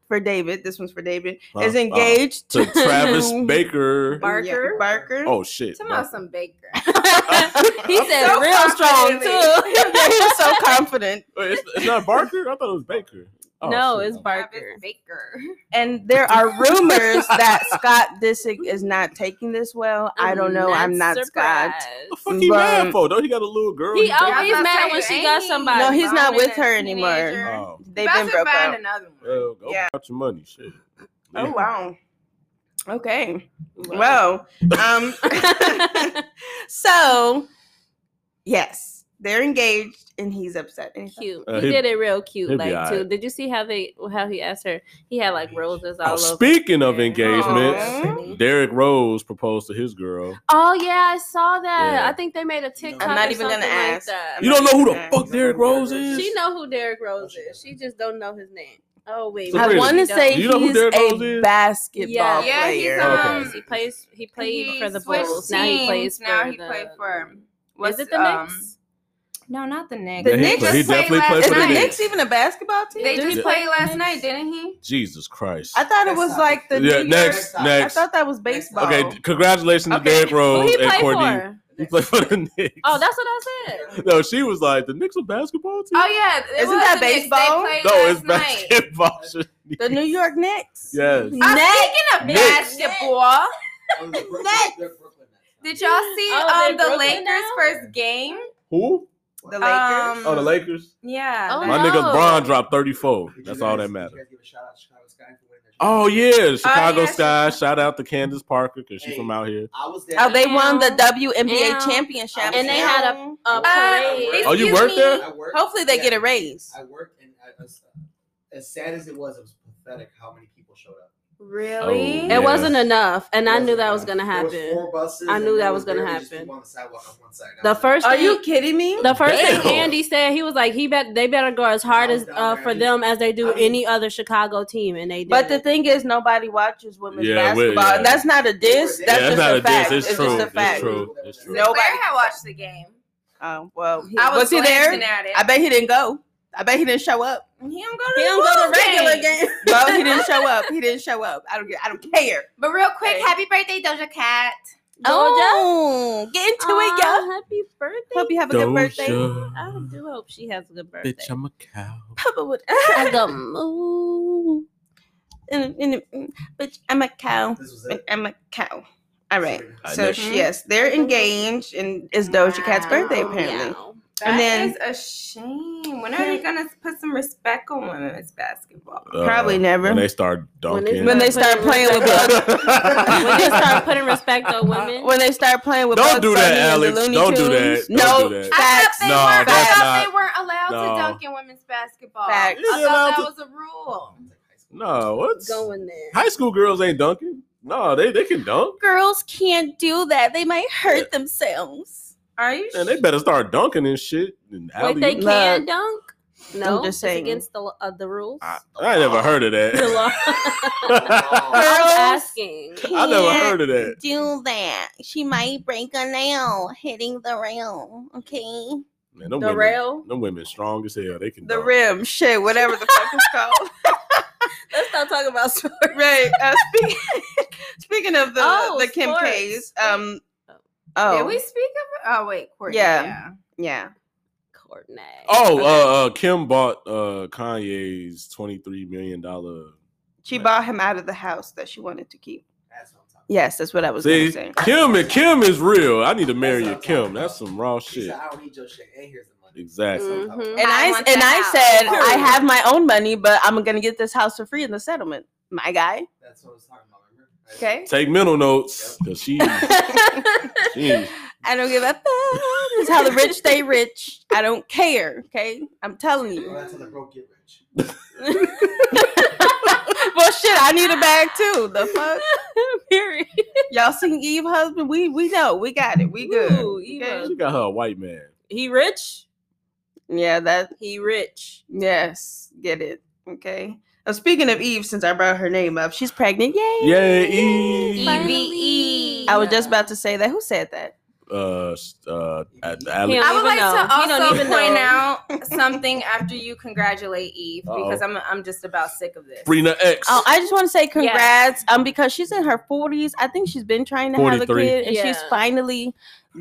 A: for David. This one's for David. is
C: Uh, uh,
A: engaged
C: to
A: (laughs)
C: Travis Baker.
A: Barker.
D: Barker?
A: Barker.
C: Oh shit.
D: Talking about
A: (laughs)
D: some baker.
B: he said it
D: So
B: real strong
D: confidently.
B: too.
A: yeah, he was
D: (laughs)
A: so confident.
C: Wait, it's, it's not Barker. I thought it was Baker. Oh,
B: no,
C: shit.
B: it's
D: Travis
B: Barker.
D: Baker.
A: And there are rumors that Scott Disick is not taking this well. I don't know. I'm Oh, not Scott.
B: surprised.
C: What the fuck he mad
A: But-
C: for? Don't he got a little girl?
B: He
A: Oh,
C: got-
D: I
B: always
D: was about to
B: mad
D: say,
B: when she
D: ain't
B: got
D: he
B: somebody.
A: No, he's not
D: boning
A: with
D: a
A: her anymore.
D: teenager?
C: Oh,
A: They've
D: About
A: been
D: to
A: broke
D: find
A: up. Oh,
D: another one.
C: well, go
A: Yeah.
C: out your money. Shit.
A: Oh wow. Okay.
B: Wow.
A: Well, um, (laughs)
B: (laughs)
A: so yes, they're engaged, and he's upset. Any thoughts?
B: cute.
C: Uh,
B: he
C: he-
B: did it real
C: he'll
B: cute,
C: be
B: like
C: all
B: too.
C: right.
B: Did you see how they how he asked her? He had like roses all
C: Oh,
B: over.
C: speaking of
B: there.
C: engagements,
A: Aw.
C: Derek Rose proposed to his girl.
B: Oh yeah, I saw that.
C: Yeah.
B: I think they made a TikTok.
E: I'm
A: not
B: or
A: even gonna
B: something
A: ask.
B: Like that.
C: You don't know who the
A: Okay.
C: fuck Derek Rose is?
B: She know who Derrick Rose is. She just don't know his name. Oh wait,
C: So
A: I
C: Oh, Sabrina,
A: want to say
C: do you know who
A: he's
C: Derrick Rose
A: a
C: is? Oh,
A: basketball
B: Yeah,
D: yeah, he's,
A: player.
C: Okay.
D: um,
B: he plays. He played
D: He
B: for the
D: switched
B: Bulls. Now he
D: teams.
B: plays. For
D: Now he
B: the,
D: played for.
B: Was
D: what's,
B: it the
D: um,
B: Knicks?
D: No, not the Knicks.
A: The Yeah, he Knicks play-
C: he definitely played
A: Is
C: for
A: the
C: Knicks.
A: Knicks even a basketball team?
D: They
B: Did
D: just
B: he play
D: played
B: the
D: last
B: Knicks?
D: night, didn't he?
C: Jesus Christ.
A: I thought it was
E: That's
A: like the
C: yeah,
A: New
C: next,
E: York-
A: Year's- I
C: next.
A: thought that was baseball.
C: Okay,
E: Oh.
C: congratulations to
D: Okay.
C: Derrick
B: Who
C: Rose
B: he
C: and
B: played
C: Courtney.
B: for?
C: He played for the Knicks.
B: Oh, that's what I said.
C: no, she was like the Knicks are basketball team.
D: Oh yeah, it
A: Isn't
D: was
A: that
D: the Knicks. They
A: baseball?
D: played
C: no,
D: last
C: it's
D: night.
C: basketball. (laughs)
A: The New York Knicks.
C: Yes.
D: I'm
A: Next.
D: speaking of
C: Knicks.
D: basketball.
E: Oh, they're Brooklyn- they're Brooklyn now.
D: Did y'all see
B: Oh, they
D: um the
B: Brooklyn
D: Lakers
B: now?
D: first game?
C: Who?
A: The
D: Um,
A: Lakers.
C: Oh, the Lakers.
D: Yeah.
B: Oh,
D: that-
C: My
B: no.
C: nigga LeBron dropped 34.
E: Did you
C: That's all that
E: guys- did you
C: matters.
E: guys give a shout out to Chicago Sky for winning that
C: Oh
E: championship?
C: yeah, Chicago
D: yeah, she-
C: Sky. Shout out to Candace Parker because she's
E: Hey.
C: from out here.
E: I was there.
A: Oh, they won the WNBA
B: Yeah.
A: championship,
B: And they had a- A
D: Uh,
B: parade.
C: Oh, you
D: excuse
C: worked
D: me.
C: there?
E: I worked,
A: Hopefully, they
E: yeah,
A: get a raise.
E: I worked, and I, as, uh, as sad as it was, it was pathetic how many people showed up.
D: Really?
C: Oh,
B: it
C: yeah.
B: wasn't enough, and I
E: Wasn't
B: knew that was
E: enough.
B: gonna
E: uh, There was
B: happen.
E: four buses,
B: I
E: and
B: knew
E: there
B: that was gonna
E: barely just
B: happen.
E: people on the sidewalk on one side. I
B: The
E: was like,
B: first
A: Are
B: thing,
A: you kidding me?
B: the first
C: Damn.
B: thing Andy said, he was like, he bet they better go as hard as uh, for them as they do any other Chicago team, and they did.
A: But the thing is, nobody watches women's
C: Yeah, we-
A: basketball.
C: yeah.
A: and That's not a diss. That's
E: Yeah, that's
A: just
C: not
A: a,
C: a diss,
A: fact.
C: it's
A: It's,
C: true,
A: just a
C: it's
A: fact.
C: true. it's true.
A: Nobody-
D: Claire had watched the game.
A: Um, well, he,
D: I
A: was,
D: was,
A: he there?
D: glancing At it.
A: I bet he didn't go. I bet he didn't show up.
D: he don't go to
B: He
D: the
B: don't go to
D: Bulls
A: (laughs)
B: regular
D: games.
B: games.
A: No, he didn't show up. He didn't show up. I don't get. I don't care.
D: But real quick,
A: Hey.
D: happy birthday, Doja Cat.
A: Oh, get into it,
B: Aw,
A: y'all.
B: uh, Happy birthday!
A: Hope you have a good birthday.
B: I do hope she has a good birthday.
C: Bitch, I'm a cow.
A: Papa would. (laughs)
B: I go, "Ooh."
A: and, and, and- bitch, I'm a cow.
E: This was it.
A: I'm a cow. All right.
C: I
A: So
C: know.
A: she- yes, they're
D: Mm-hmm.
A: engaged, and it's Doja Cat's birthday
B: Wow.
A: apparently.
D: That
A: And
D: is
A: then-
D: a shame. When are they gonna put some respect on women's basketball?
A: Probably never.
C: Uh, When they start
B: When
C: dunking.
B: it's
C: (laughs)
A: When they
B: Put
A: start
B: it
A: playing with
B: respect-
A: bugs,
B: (laughs) When they start putting respect on women,
A: when they start playing with
C: Don't
A: Bugs
C: do that,
A: Bunny and the
C: Alex.
A: Looney
C: Don't do that.
A: Tunes.
C: Don't
A: no
C: do that.
D: I thought
A: facts.
D: they
C: No,
D: weren't, I
C: that's
D: thought
C: not-
D: they weren't allowed
C: no.
D: to dunk in women's basketball.
A: Facts.
D: I
C: Allowed
D: thought
C: to-
D: that was a rule.
C: no, what's
B: going there.
C: high school girls ain't dunking? No, they they can dunk.
A: Girls can't do that. They might hurt themselves.
D: Are you
C: And they better start dunking and shit. And
B: Wait, they
C: alley-oop.
B: can dunk? No,
A: I'm just
B: it's
A: saying.
B: against the uh, the rules.
C: I, I ain't never heard of
B: (laughs) The
C: (laughs) that.
B: law. (laughs)
E: Oh,
B: I'm
A: Girls
B: asking.
C: I never heard of that.
A: Do that. She might break a nail hitting the rail. Okay.
C: Man, them
B: The
C: women,
B: rail.
C: them women strong as hell. They can
A: The
C: dunk.
A: rim, shit, whatever the fuck it's
D: (laughs)
A: called. (laughs)
B: Let's not talk about sports.
A: right. Uh, speaking, (laughs) speaking of the
B: Oh,
A: the Kim
B: sports.
A: K's, um,
D: Did
A: oh
D: we speak of? Oh wait, Courtney.
A: Yeah. yeah,
B: (laughs) Courtney.
C: Oh, uh, uh, Kim bought uh, Kanye's twenty-three million dollar.
A: she bought him out of the house that she wanted to keep.
E: that's what I'm talking
A: Yes, that's what I was
C: See,
A: going to say.
C: Kim and Kim is real. I need to marry
E: That's
C: a
E: what I'm
C: Kim.
E: talking
C: That's
E: about.
C: some raw
E: She
C: shit.
E: said, I don't need your shit, and here's the money.
C: Exactly.
E: That's what I'm talking
B: Mhm.
E: about.
A: And I,
D: I
A: s-
D: want
A: and
D: the
A: I
D: house.
A: said I
E: Period.
A: have my own money, but I'm gonna get this house for free in the settlement, my
D: (laughs)
A: guy.
E: That's what I was talking about, remember?
A: Okay.
C: Take mental notes because she, she
B: (laughs)
C: ain't-
A: I don't give a fuck. That's how the rich stay rich. I don't care. Okay, I'm telling
E: Well,
A: you. (laughs)
E: Oh, that's how the broke get rich.
A: well, shit, I need a bag too. The fuck,
B: (laughs) Period.
A: y'all seen Eve husband? We we know we got it. We good.
B: Ooh, Eve
A: Okay?
C: she got her a white man.
B: He rich.
A: Yeah, that
B: He rich.
A: yes, get it. Okay. Now, speaking of Eve, since I brought her name up, she's pregnant. Yay!
C: Yay,
A: Yay.
B: E.
C: Eve.
D: EVE.
A: I was just about to say that. Who said that?
C: Uh, s- uh, at the
B: Kim.
C: alley.
D: I
B: don't
D: would like
B: even
D: to
B: know. He don't
D: also
B: even
D: point
B: know.
D: out something after you congratulate Eve because I'm I'm just about sick of this.
C: Brina X.
A: Oh, I just want to say
B: Yes.
A: congrats. Um, because she's in her forties. I think she's been trying to have a
C: 43.
A: kid, and she's
B: Yeah.
A: finally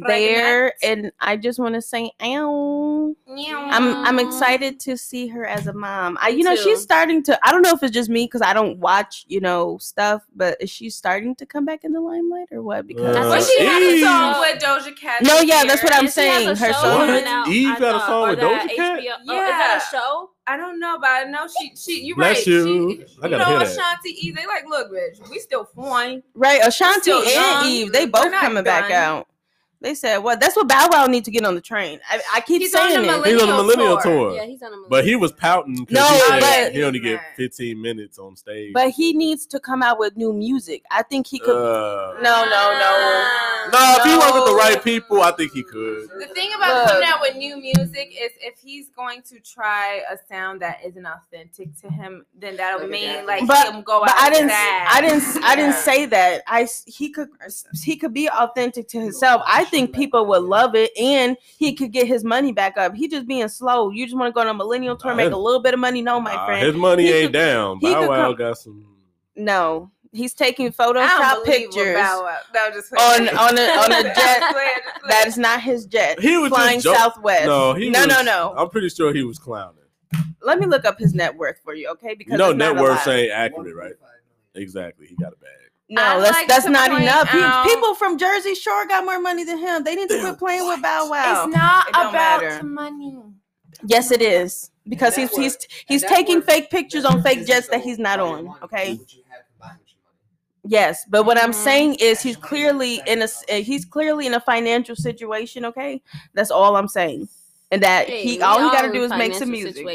A: there. And I just want to say, ow. I'm I'm excited to see her as a mom. I,
B: Me
A: you know,
B: too.
A: she's starting to. I don't know if it's just me because I don't watch, you know, stuff. But is she starting to come back in the limelight or what? Because
C: Uh,
D: When she had a
C: Eve.
D: song with Doja Cat.
A: no,
D: this
A: yeah,
D: year,
A: that's what I'm
B: And she has
A: saying.
B: a
A: Her
B: show
A: song.
C: What?
B: coming out,
C: Eve
B: I
C: got a
B: thought,
C: song
B: or
C: with
B: that
C: Doja
B: HBO Oh,
C: Cat?
B: is that a
D: Yeah.
B: show?
D: I don't know, but I know she she you
C: Bless
D: right.
C: you.
D: She,
C: I
D: you
C: gotta hear
D: know
C: that.
D: Ashanti Eve. They like, look, bitch, we still fine.
A: Right, Ashanti
D: Still
A: and
D: young.
A: Eve, they
D: We're
A: both
D: not
A: coming back
D: done.
A: out. They said, "Well, that's what Bow Wow need to get on the train." I, I keep
D: He's on the
A: saying it.
D: millennial
C: He's on the millennial tour.
B: Yeah, he's on a
C: But he was pouting because
A: No,
C: he, said
A: but-
C: he only get
D: Right.
C: 15 minutes on stage.
A: but he needs to come out with new music. I think he could.
C: Uh,
A: no, no, no.
D: Ah.
C: no, if he was with the
A: no.
C: right people, I think he could.
D: The thing about
A: Look.
D: coming out with new music is if he's going to try a sound that isn't authentic to him, then that'll
E: Like a
D: mean
E: dad.
D: like
A: But-
D: him go
A: But
D: out.
A: I didn't.
D: sad.
A: I didn't. I didn't
D: Yeah.
A: say that. I s- he could. He could be authentic to himself. I think people would love it, and he could get his money back up. He just being slow. You just want to go on a millennial tour,
C: Nah,
A: make
C: his-
A: a little bit of money. No, Oh, my
C: Nah,
A: friend.
C: his money
A: He could-
C: ain't down.
A: he
C: Bow
A: could
C: Wow
A: come-
C: got some.
A: No, he's taking
D: I
A: Photoshop
D: don't believe we're
A: pictures
D: Bow Wow. No, just
A: on on a
D: (laughs)
A: on a jet that
D: That's
A: is not his jet.
C: He was just
A: flying
C: joke-
A: Southwest.
C: No, he
A: no,
C: was-
A: no, no.
C: I'm pretty sure he was clowning.
A: Let me look up his net worth for you, okay?
C: You
A: Because
C: know,
A: it's not
C: net
A: a
C: worth
A: lot.
C: ain't accurate, right? Exactly. He got a bag.
A: No,
D: I'd
A: that's
D: like
A: that's
D: to
A: not
D: point
A: enough. He-
D: out-
A: people from Jersey Shore got more money than him. They need to
C: They're
A: quit playing with Bow Wow.
D: It's not
A: It don't
D: about
A: matter.
D: the money.
A: yes, it is because
E: And
A: he's
E: that
A: he's
E: worth-
A: he's
E: and that
A: taking
E: worth-
A: fake pictures on fake
E: Business
A: jets that
E: goals,
A: he's not
E: what you
A: on.
E: want,
A: Okay.
E: what you have combined with your money.
A: Yes, but what I'm
D: Mhm.
A: saying is he's clearly in a s- uh, he's clearly in a financial situation. Okay, that's all I'm saying, and that he all he got to do is make some music.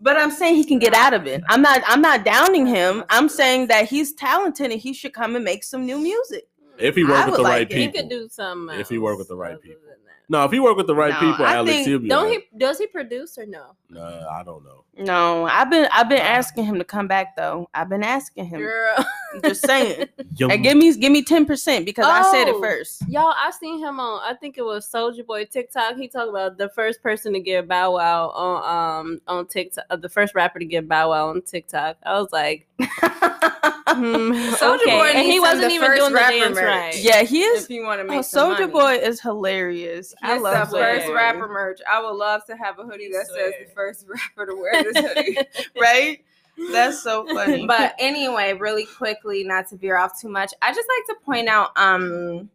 A: But I'm saying he can get out of it. I'm not I'm not downing him. I'm saying that he's talented and he should come and make some new music.
C: If he
A: I
C: worked with
A: would
C: the
A: like
C: right
A: it.
B: He
C: people.
B: could do some
C: If he work with the right people.
B: That.
C: No, if he worked with the right
A: No,
C: people,
A: I
C: Alex,
A: think-
C: he'll be all
B: Don't
C: right.
B: he? Does he produce or no?
C: Nah, I don't know.
A: No, I've been I've been asking him to come back though. I've been asking him.
B: Girl, (laughs)
A: I'm just saying.
C: Young-
A: And give me give me ten percent because I said it
B: Oh.
A: first.
B: y'all, I seen him on. I think it was Soldier Boy TikTok. He talked about the first person to get Bow Wow on um on TikTok. Uh, the first rapper to get Bow Wow on TikTok. I was like,
D: (laughs)
B: hmm,
D: Soulja
B: okay.
D: Boy
B: and
D: needs
B: he
D: some
B: wasn't
D: the
B: even
D: first
B: doing the
D: rapper
B: dance
D: merch.
B: right. (laughs)
A: Yeah, he is
D: If you want to make some
A: Soldier
D: money.
A: oh, Boy is hilarious.
D: He
A: I
D: is
A: love
D: the
A: Soulja
D: first
A: Boy.
D: rapper merch. I would love to have a hoodie that
B: Swear.
D: says the first rapper to wear this
A: (laughs)
D: hoodie.
A: (laughs) Right? That's so funny.
D: (laughs) but anyway, really quickly, not to veer off too much, I just like to point out um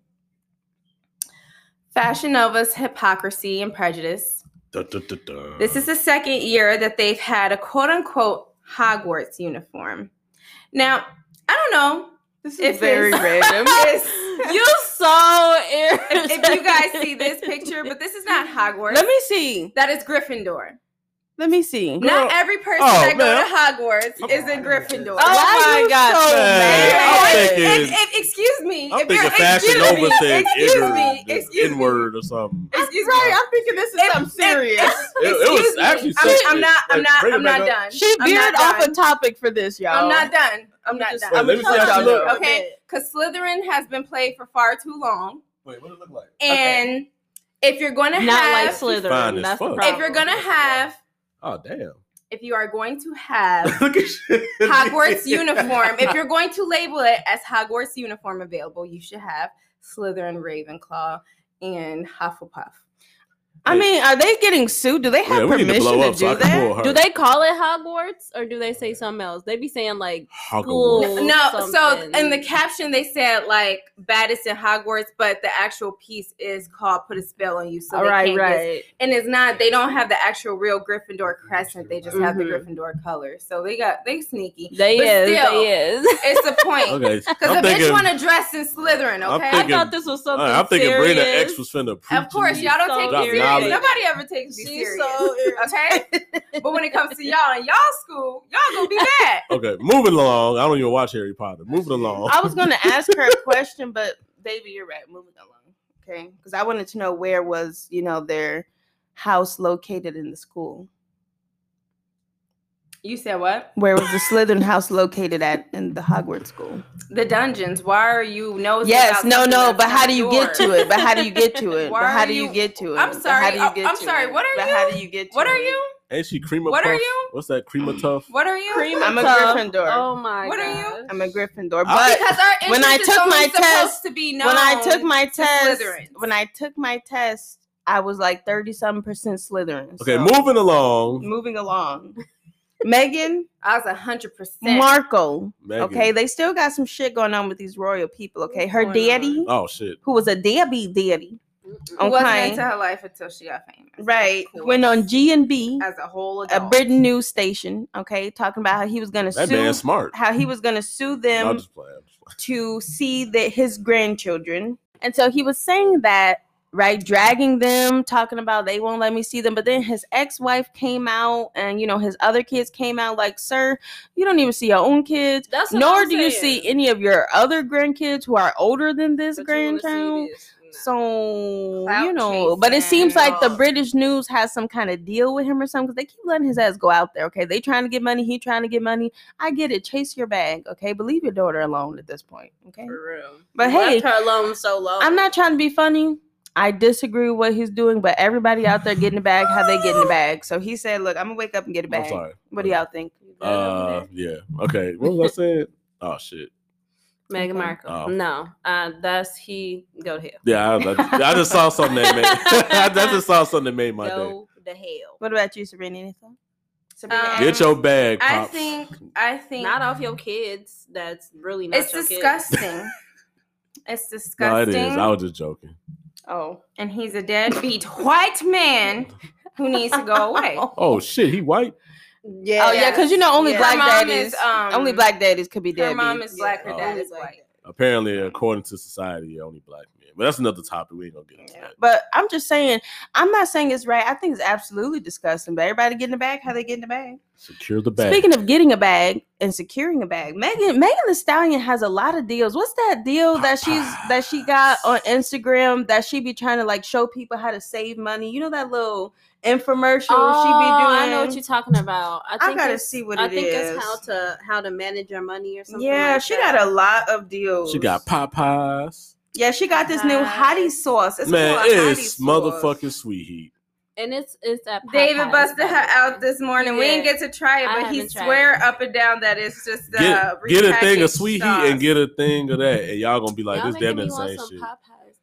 D: Fashion Nova's hypocrisy and prejudice.
C: Dun, dun, dun, dun.
D: This is the second year that they've had a quote unquote Hogwarts uniform. Now, I don't know
A: this
D: if
A: is very
D: it's-
A: random. (laughs)
D: if,
B: you so irritating.
D: if you guys see this picture, but this is not Hogwarts.
A: Let me see.
D: that is Gryffindor.
A: Let me see.
D: Not every person
C: Oh,
D: that
C: man.
D: go to Hogwarts is a
E: Okay.
D: Gryffindor.
E: Oh,
A: Why
B: my
A: you
B: God.
A: so
C: Man,
A: mad? Oh,
C: I'm
D: If-
C: thinking-
D: if- if- excuse me.
C: I'm
D: if
C: thinking
D: you're-
C: Fashion
D: excuse
C: Nova
D: me,
C: said
D: excuse me, excuse
C: N word or
D: me,
C: something.
D: excuse me.
A: Right, I'm thinking this is
D: If-
A: something serious.
C: It, it
D: Excuse
C: was
D: me.
C: actually.
D: I'm,
C: something.
D: I'm not. I'm
C: Like,
D: not.
C: bring it
D: I'm not
C: back up.
D: done.
A: she
D: I'm
A: veered
D: not
A: off
D: done.
A: a topic for this, y'all.
D: I'm not done. I'm not
A: just-
D: done.
C: Wait,
A: I'm
C: let me see
A: just
C: how she
A: telling
C: look.
A: y'all.
D: Okay, because Slytherin has been played for far too long,
E: Wait, what it look like?
D: and if you're going to
B: Not like
D: have,
C: Fine
B: Slytherin.
C: as
B: That's the
C: fuck.
B: problem.
D: if you're going to have,
C: Oh damn!
D: (laughs) if you are going to
C: (laughs)
D: have
E: Look at shit.
D: Hogwarts uniform, if you're going to label it as Hogwarts uniform available, you should have Slytherin, Ravenclaw, and Hufflepuff.
A: I mean, are they getting sued? Do they have
C: Yeah, we need
A: permission
C: to
A: to,
C: blow up
A: do
C: so I
A: that?
C: can pull her.
B: Do they call it Hogwarts or do they say something else? They be saying like
C: Hogwarts.
B: Ooh,
D: No, so
B: something.
D: in the caption they said like baddest in Hogwarts, but the actual piece is called "Put a Spell on You," so they can't get- and it's not. They don't have the actual real Gryffindor crescent. They just have the
A: Mhm.
D: Gryffindor colors. So they got they sneaky.
B: They
D: But
B: is,
D: still-
B: they is.
D: It's the point (laughs)
C: Okay,
D: because
C: I'm
D: a bitch
C: thinking-
D: want to dress in Slytherin.
C: I'm
D: Okay,
B: I
C: thinking-
B: thought this was
C: all
B: something.
C: right, I'm thinking Brina
B: serious.
C: X was finna. preach
D: of course
C: to
D: y'all don't
B: so
D: take
C: Drop
D: me serious.
C: knowledge.
D: Nobody ever takes me
B: She's
D: serious.
B: so
D: okay, but when it comes to y'all in y'all school, y'all gonna be bad.
C: you. Okay, moving along. I don't even watch Harry Potter.
D: (laughs)
C: Moving along.
A: I was going to ask her a question, but baby, you're right. Moving along, okay? Because I wanted to know where was you know their house located in the school.
D: You said what?
A: Where was the Slytherin house located at in the Hogwarts school?
D: The dungeons. Why are you nosy?
A: Yes,
D: about
A: no,
D: something
A: no.
D: that's
A: But how
D: not
A: do you get to
D: yours?
A: it? But how do you get to it?
D: Why
A: But how
D: are
A: do you
D: you-
A: get to it?
D: I'm
A: But How
D: sorry.
A: do
D: Oh,
A: you get
D: I'm
A: to
D: sorry.
A: it?
D: What are
A: But how
D: you?
A: do you get to
D: What are
A: it?
D: you?
C: Ain't she cream
D: What are
C: puff?
D: you?
C: What's that cream tough?
D: What are you?
B: Cream
A: I'm a
B: puff.
A: Gryffindor.
B: Oh my
D: What are
B: gosh.
A: I'm a Gryffindor.
C: I-
A: But
D: because our
A: when I
D: interest
A: took
D: is only
A: my
D: supposed
A: test-
D: to be known.
A: when I took my test,
D: Slytherins.
A: when I took my test, I was like thirty something percent Slytherin.
C: Okay,
A: so-
C: moving along.
A: moving along. Megan,
D: I was hundred percent.
A: Markle.
C: Megan.
A: Okay, they still got some shit going on with these royal people. Okay, her
B: What's going
A: daddy,
C: Oh shit.
A: who was a deadbeat daddy,
D: who wasn't
A: okay.
D: into her life until she got famous.
A: right,
D: Of
A: went
D: course.
A: on G and B,
D: as a whole
A: a
D: adult.
A: Britain news station. Okay, talking about how he was gonna
C: That
A: sue,
C: man's smart.
A: how he was gonna sue
C: No, I'm
A: them
C: just playing. I'm just playing.
A: to see that his grandchildren, and so he was saying that right? Dragging them, talking about they won't let me see them. But then his ex wife came out and, you know, his other kids came out like, sir, you don't even see your own kids.
B: That's what
A: Nor
B: I'm
A: do you
B: saying.
A: see any of your other grandkids who are older than this
B: But you wanna see
A: grandchild.
B: this. No.
A: So
D: Clout
A: you know, but it seems like the
D: chasing.
A: British news has some kind of deal with him or something because they keep letting his ass go out there. Okay, they trying to get money, he trying to get money. I get it, chase your bag. Okay, but leave your daughter alone at this point. Okay,
B: For real.
A: But
B: You left
A: hey,
B: her alone so long.
A: I'm not trying to be funny. I disagree with what he's doing, but everybody out there getting the bag, how they
D: (laughs)
A: getting the bag. So he said, "Look, I'm gonna wake up and get a
C: I'm
A: bag."
C: sorry.
A: What do y'all think?
C: Uh, yeah. Okay. What was I saying? Oh shit.
B: Meghan
A: Okay.
B: Markle.
C: Oh.
B: No, uh, that's he. Go to hell.
C: Yeah. I, I, I just saw something that made. (laughs) I just saw something that made my day.
B: go to hell.
A: What about you, Sabrina? Anything? Sabrina,
D: Um,
C: Get your bag.
D: I
C: Pops.
D: think I think
B: Not off your kids. That's really not.
D: it's
B: your
A: (laughs)
D: disgusting. it's
C: No, it
D: disgusting.
C: is. I was just joking.
D: oh, and he's a deadbeat white man who needs to
A: (laughs)
D: go away.
C: Oh shit. He white.
B: Kids.
A: oh yeah, because you know only
B: Yeah.
A: black
D: Her mom
A: daddies,
D: is, um,
A: only black daddies could be dead.
D: Her mom is black. Her
C: Oh.
D: dad is white.
C: Apparently, according to society, only black men. But that's another topic. We ain't gonna get into that.
A: But I'm just saying, I'm not saying it's right. I think it's absolutely disgusting. But everybody getting a bag, how they getting a bag?
C: Secure the bag.
A: Speaking of getting a bag and securing a bag, Megan Megan the Stallion has a lot of deals. What's that deal that she's that she got on Instagram that she be trying to like show people how to save money? You know that little infomercial she be doing.
B: Oh, I know what you're talking about. I,
A: I
B: think
A: gotta
B: it's-
A: see what
B: I
A: it
B: think
A: is.
B: it's how to how to manage your money or something.
A: yeah,
B: like
A: she
B: that.
A: got a lot of deals.
C: she got Popeyes.
A: yeah, she got this new hottie sauce. It's
C: Man,
A: called hottie
C: it's
A: sauce.
C: motherfucking sweet heat.
B: and it's it's at
D: David
B: Popeyes,
D: busted
B: by the
D: her out
B: way.
D: this morning.
B: He
D: We didn't
B: did.
D: get to try it,
B: I
D: but he
B: haven't tried
D: swear
B: it.
D: up and down that it's just the
C: get, get a thing of
D: repackaged
C: sweet
D: sauce.
C: heat and get a thing of that, and y'all gonna be like,
B: Y'all
C: this
B: making
C: damn
B: me
C: near the
B: want
C: same
B: some
C: shit.
B: Popeyes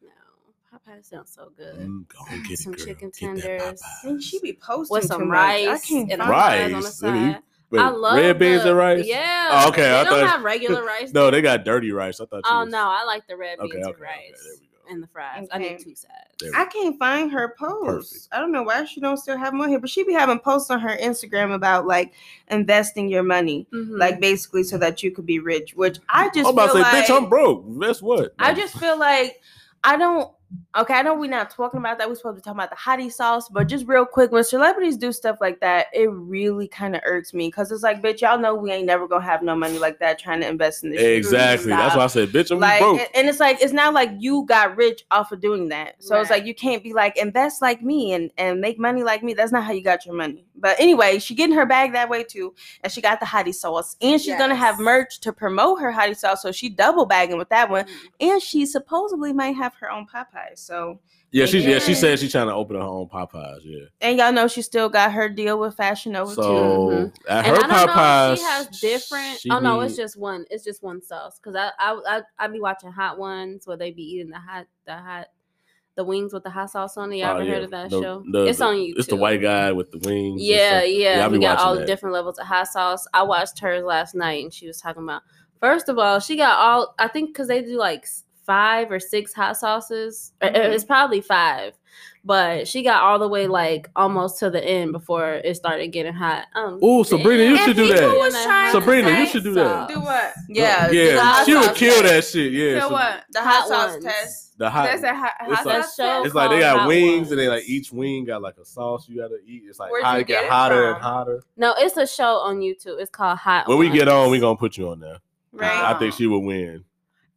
B: now. Popeyes sounds so good.
C: Mm, go and get
B: Some
C: it, girl.
B: chicken
C: Get that
B: tenders.
C: Popeyes.
A: And she be posting
B: With
A: too
B: some
A: much. I
B: rice
A: can't
B: and
A: find-
B: fries on the
C: Rice? I mean, you-
B: side.
C: Wait,
B: I love
C: red beans
B: the-
C: and rice.
B: Yeah.
C: Oh, okay,
B: They
C: I
B: don't
C: thought-
B: have
C: (laughs)
B: regular rice.
C: No, they got dirty rice. I thought. You
B: Oh
C: was-
B: no, I like the red beans
C: Okay, okay,
B: and
C: okay,
B: rice
C: There we go.
B: and the fries. I
A: Okay.
B: need two sides.
C: There we
A: I can't find her posts.
C: Perfect.
A: I don't know why she don't still have them on here, but she be having posts on her Instagram about like investing your money, like basically so that you could be rich. Which I just
C: I'm about to say,
A: feel like,
C: bitch, I'm broke. That's what. (laughs)
A: I just feel like I don't. Okay, I know we're not talking about that. We're supposed to be talking about the hottie sauce, but just real quick, when celebrities do stuff like that, it really kind of irks me because it's like, bitch, y'all know we ain't never gonna have no money like that trying to invest in this. shit.
C: exactly. That's
A: Stop
C: why I said, bitch, I'm
A: like
C: broke.
A: and it's like it's not like you got rich off of doing that so it's
B: Right.
A: like you can't be like invest like me and and make money like me that's not how you got your money but anyway she getting her bag that way too and she got the hottie sauce and she's gonna have
B: Yes.
A: merch to promote her hottie sauce so she double bagging with that one
B: Mm-hmm.
A: and she supposedly might have her own popeye so
C: yeah, she yeah she
A: Yeah.
C: said she trying to open her own Popeyes. Yeah.
A: and y'all know she still got her deal with fashion over too
C: So
B: Mhm.
C: at her
B: And I don't
C: Popeyes,
B: know if she has different.
C: she
B: oh no,
C: need-
B: it's just one. It's just one sauce. Cause I I I, I be watching Hot Ones where they be eating the hot the hot the wings with the hot sauce on it. Y'all
C: Oh,
B: ever
C: yeah.
B: heard of that
C: The-
B: show?
C: the-
B: it's
C: the-
B: on YouTube.
C: It's the white guy with the wings. and
B: Yeah,
C: stuff.
B: yeah.
C: Yeah, I
B: we
C: be
B: got
C: watching
B: all the
C: that.
B: different levels of hot sauce. I watched hers last night, and she was talking about. First of all, she got all. I think because they do like s- five or six hot sauces. or- or
A: Mhm.
B: It's probably five, but she got all the way like almost to the end before it started getting hot. Um,
C: Ooh, Sabrina, you
B: damn.
D: And
C: should do
D: people
C: that.
D: was trying to
C: Sabrina, you
D: say-
C: should do that.
B: uh,
D: Do what?
A: yeah
C: yeah,
B: hot
C: she would
B: sauce
C: kill
B: test.
C: that shit. Yeah,
D: Do
C: so
D: what?
A: the hot,
B: Hot
A: sauce
B: ones.
A: test
C: the hot.
D: There's a hot,
C: it's
D: hot
C: like-
D: sauce
B: That show
D: test?
C: it's like they
B: called
C: got
B: hot
C: wings, and they
B: ones.
C: like each wing got like a sauce you gotta eat. It's like
D: Where'd
C: how
D: you
C: it
D: get
C: get
D: it
C: hotter and
D: from?
C: hotter.
B: No, it's a show on YouTube. It's called Hot.
C: When we get
B: Ones.
C: on, we gonna put you on there.
D: right?
C: I think she would win.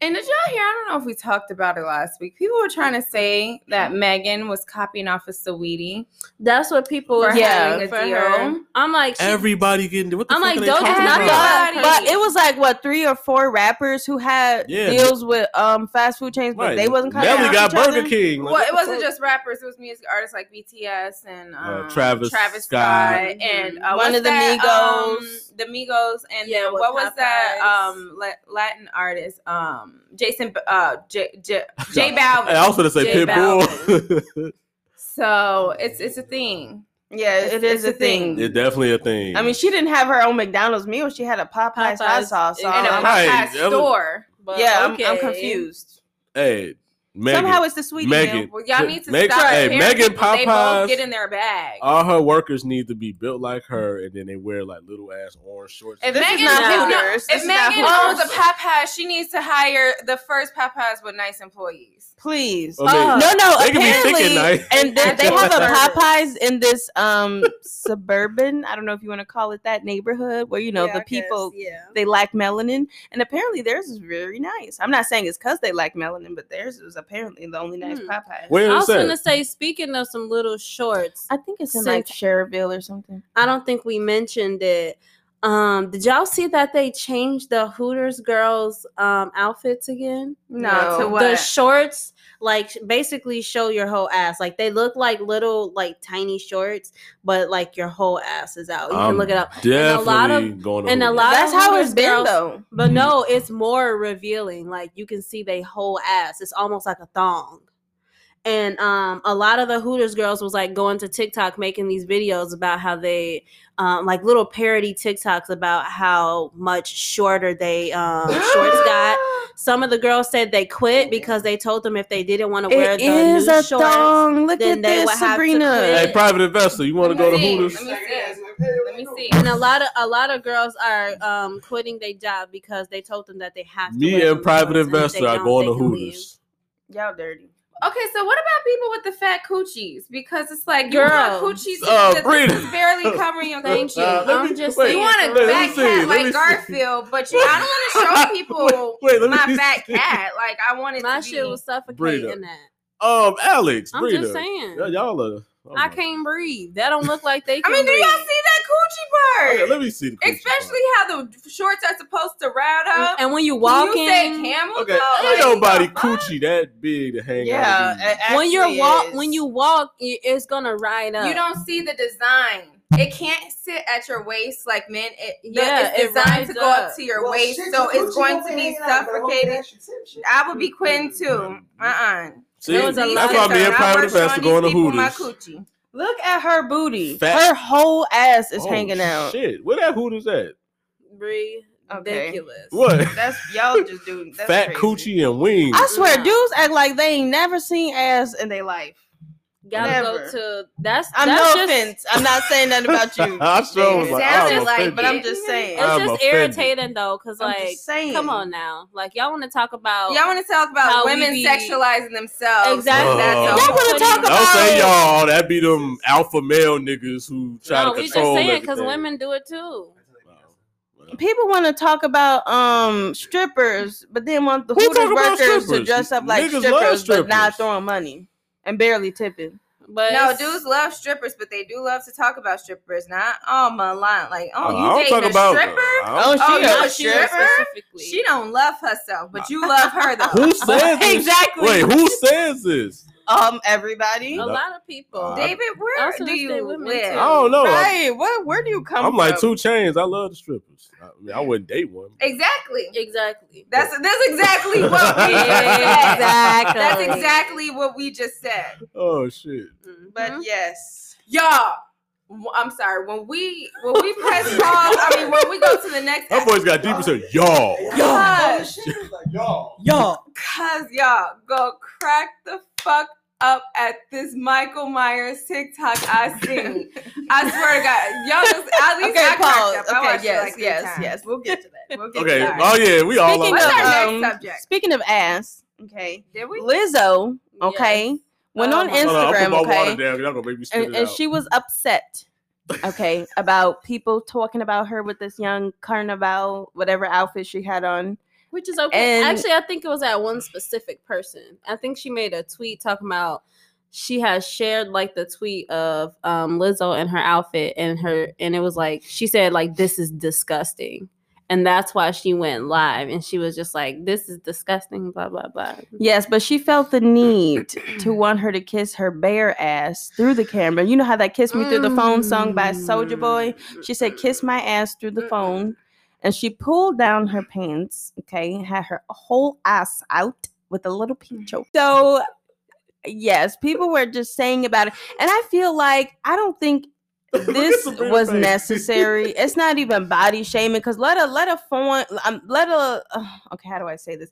D: And did y'all hear? I don't know if we talked about it last week. People were trying to say that Megan was copying off of Saweetie.
B: That's what people were
D: For
A: having
B: having
D: a
B: for
D: deal.
B: her. I'm like, she-
C: Everybody getting what the
B: I'm
C: fuck
B: like,
C: are they
B: Doja
C: talking
B: Cat-
C: about?
B: Doja-
A: but, but it was like what three or four rappers who had
C: Yeah.
A: deals with um fast food chains, but
C: Right.
A: they wasn't coming.
C: Nelly
A: out
C: got
A: each other.
C: Burger King. Like,
D: well,
C: what
D: it
C: the
D: wasn't
C: fuck?
D: just rappers; it was music artists like BTS and
C: Uh,
D: um,
C: Travis
D: Travis
C: Scott.
D: Scott, and uh,
A: One
D: what's
A: of the
D: that,
A: Migos.
D: um, the Migos, and
B: Yeah,
D: then
B: with
D: what was that
B: Popeyes.
D: um, la- Latin artist, um, Jason, uh, J, J, J Balvin.
C: I was gonna say
D: J
C: Pitbull.
D: So it's it's a thing.
A: Yeah,
D: It's-
A: it is
D: it's
A: a
D: a
A: thing.
D: thing.
C: it's definitely a thing.
A: I mean, she didn't have her own McDonald's meal; she had a Popeyes, hot
B: Popeyes
C: Uh,
A: sauce. So
B: and
D: In a
A: I'm-
D: Popeye
C: Right, that was-
D: store.
B: but
A: yeah, I'm, I'm
B: okay.
A: confused.
C: hey, Megan,
A: Somehow it's the sweetie.
C: Megan,
D: Well, y'all
C: Th-
D: need to
C: Meg-
D: stop.
C: hey,
D: pairing
C: Megan
D: people. They
C: Popeyes-
D: both get in their bag.
C: all her workers need to be built like her, and then they wear like little ass orange shorts.
D: If
A: This is
D: Megan,
A: not
D: no, no,
A: Hooters. This
D: if
A: is not
D: Megan
A: Hooters.
D: owns a Popeyes, she needs to hire the first Popeyes with nice employees.
A: Please.
C: I mean,
D: Oh.
A: No, no.
C: They can be thick
A: apparently,
C: at night.
A: and they,
D: At
A: they
D: the
A: have a
D: service.
A: Popeyes in this um (laughs) suburban. I don't know if you want to call it that neighborhood where you know the people
B: Yeah.
A: they lack melanin, and apparently theirs is very nice. I'm not saying it's because they lack melanin, but theirs is apparently the only nice
B: Hmm.
A: Popeyes.
C: Where
B: I
C: is
B: was
C: that?
B: gonna say, speaking of some little shorts,
A: I think it's in like
B: Since-
A: Cherville or something.
B: I don't think we mentioned it. Um, did y'all see that they changed the Hooters girls um outfits again?
D: No, to what?
B: The shorts like basically show your whole ass. Like they look like little like tiny shorts, but like your whole ass is out. You
C: I'm
B: can look it up. a
C: Definitely
B: lot of-
C: going to
B: and a
C: Hulu.
B: lot
A: That's
B: of
A: how
B: Hooters
A: it's been
B: girls-
A: though.
B: But
C: Mhm.
B: no, it's more revealing. Like you can see they whole ass. It's almost like a thong. And um, a lot of the Hooters girls was like going to TikTok making these videos about how they, um, like little parody TikToks about how much shorter they um, shorts
A: (gasps)
B: got. Some of the girls said they quit because they told them if they didn't want to wear
A: It
B: the
A: is
B: new
A: a
B: shorts,
A: thong. Look
B: then
A: at
B: they would
A: this,
B: have to
A: Sabrina.
B: quit.
C: Hey, private investor, you want to go to
D: Hey,
C: Hooters?
D: let me see. Let me see.
B: and a lot of a lot of girls are um, quitting their job because they told them that they have to.
C: Me
B: wear
C: and
B: them
C: private
B: shorts, and if they
C: investor are
B: don't,
C: going
B: they
C: to
B: can leave.
C: (laughs) Hooters.
A: Y'all dirty.
D: Okay, so what about people with the fat coochies? Because it's like
B: Girl.
D: you want coochies
C: Uh,
D: that's
C: Brita.
D: barely covering
C: (laughs)
D: your
B: Thank you.
C: Uh, let
B: I'm
C: me-
B: just
C: wait,
B: saying.
D: You want a
C: Let me
D: fat
C: see,
D: cat
C: let me see.
D: like Garfield, but you, I don't want to show people
C: (laughs) Wait, let me
D: my
C: see. (laughs)
D: fat cat. Like I want it
B: My
D: to be.
B: shit was suffocating
C: Brita.
B: that.
C: Um, Alex,
B: I'm
C: Brita.
B: just saying.
C: Y- y'all are. oh
B: I
C: my-
B: can't breathe. That don't look like they
D: I
B: can
D: mean, do
B: breathe.
D: y'all see that coochie
C: Okay,
D: part?
C: let me see the coochie
D: Especially how the shorts are supposed to round up.
B: and when you
D: When
B: walk
D: you say
B: in,
D: camel
C: part. Okay,
D: toe, like,
C: ain't nobody
D: the fuck?
C: coochie that big to hang out. with you.
A: Yeah.
B: when you walk, when you walk, i- it's gonna ride up.
D: You don't see the design. It can't sit at your waist like men. It,
B: Yeah,
D: yeah, it's
B: it
D: designed
B: rides
D: to go
B: up.
D: up. to your waist, so it's going to be suffocated. I would be quitting too. Uh-uh.
C: See,
B: There was
C: that's
B: a lot
C: why
B: of
C: me and
D: I'm
C: private
D: not
C: investor
D: showing
C: going to
D: these people my
C: Hooters.
D: coochie.
A: Look at her booty.
C: Fat-
A: Her whole ass is
C: Oh,
A: hanging out.
C: Shit, where that Hooters at?
B: ridiculous.
C: What?
A: That's y'all just doing that's
C: Fat
A: crazy.
C: coochie and wings.
A: I swear,
B: Nah.
A: dudes act like they ain't never seen ass in their life.
B: Gotta
A: Never.
B: go to that's.
A: I'm
B: that's
A: no
B: just,
A: offense. I'm not saying nothing about
C: (laughs)
A: you.
C: I sure was
A: It
C: like,
D: sounded
C: I'm
D: like,
C: offended.
A: but I'm just saying.
B: It's
A: I'm
C: I'm
B: just
C: offended.
B: irritating though, cause like,
A: just saying.
B: come on now, like y'all want to talk about
D: Y'all want to talk about
B: How we
D: women
B: be-
D: sexualizing themselves?
B: exactly.
C: Oh.
D: That's
A: Y'all
D: all.
A: wanna talk
C: Don't
A: about-
C: say y'all. That be them alpha male niggas who try
B: No, we
C: to
B: just
C: control
B: saying because
C: everything.
B: women do it too.
C: Well,
A: People want to talk about um strippers, but then want the
C: Who
A: Hooters
C: talk about
A: workers to
C: strippers?
A: dress up like
C: Niggas love
A: strippers, but
C: strippers.
A: not throwing money and barely tipping.
B: But
D: No, dudes love strippers, but they do love to talk about strippers. Not oh my line, like oh
C: I
D: you
C: don't talk
D: dating a
C: about
D: stripper?
C: I don't-
A: Oh,
D: Oh,
A: she
D: no,
A: a
D: she a
A: stripper.
B: specifically.
D: She don't love herself, but you love
C: (laughs)
D: her
A: Oh, (laughs)
D: though.
C: Who says this?
A: Exactly.
C: Wait, who says this?
A: Um, everybody.
B: a
C: No.
B: lot of people.
C: Uh,
D: David, where
B: Also,
D: do
B: let's say
D: you
B: women,
C: I
D: live?
B: too.
C: don't know.
A: Right? What? Where do you come?
C: I'm, I'm like
A: from?
C: two chains. I love the strippers. I, mean, I wouldn't date one.
D: Exactly.
B: Exactly.
D: That's that's exactly
C: (laughs)
D: what we
C: Yeah,
D: said.
B: exactly.
D: That's exactly what we just said.
C: Oh shit.
A: But
B: Mhm.
A: yes,
D: Y'all, w- I'm sorry. When we when we
C: (laughs)
D: press pause, I mean when we go to the next
C: That boy's got deep into y'all.
E: Y'all.
A: y'all.
D: Cause y'all go crack the fuck up at this Michael Myers TikTok I seen. I swear to God, y'all just at least
A: Okay,
D: I
A: pause.
D: cracked up. I
A: Okay,
D: watched it
A: yes,
D: like three
A: yes,
D: times.
A: yes. We'll get to that. We'll get
C: Okay.
A: to that.
D: Sorry.
C: Oh yeah, we all
A: Speaking
C: on
D: What's
C: that.
D: our
A: of,
D: next
A: um,
D: subject?
A: speaking of ass, okay,
D: Did we?
A: Lizzo, okay,
B: Yes.
A: went
B: Oh
A: on
B: my God.
C: Hold on, I'll put
A: Instagram,
C: my water
A: okay,
C: down. Y'all gonna make me spit
A: and,
C: it
A: and
C: out.
A: she was upset, okay, about people talking about her with this young carnival, whatever outfit she had on.
B: Which is okay.
A: And-
B: Actually, I think it was at one specific person. I think she made a tweet talking about she has shared like the tweet of um, Lizzo and her outfit and her and it was like she said like this is disgusting. And that's why she went live and she was just like, This is disgusting, blah blah blah.
A: Yes, but she felt the need to want her to kiss her bare ass through the camera. You know how that "Kiss Me Through the Phone" song by Soldier Boy.
B: Mm.
A: She said, "Kiss my ass through the phone," and she pulled down her pants. Okay, had her whole ass out with a little pink choke. So, yes, people were just saying about it, and I feel like I don't think
C: (laughs) (laughs) Look at
A: this
C: Sabrina's
A: was
C: face.
A: necessary. It's not even body shaming because let a let a foreign um, let a ugh, okay. How do I say this?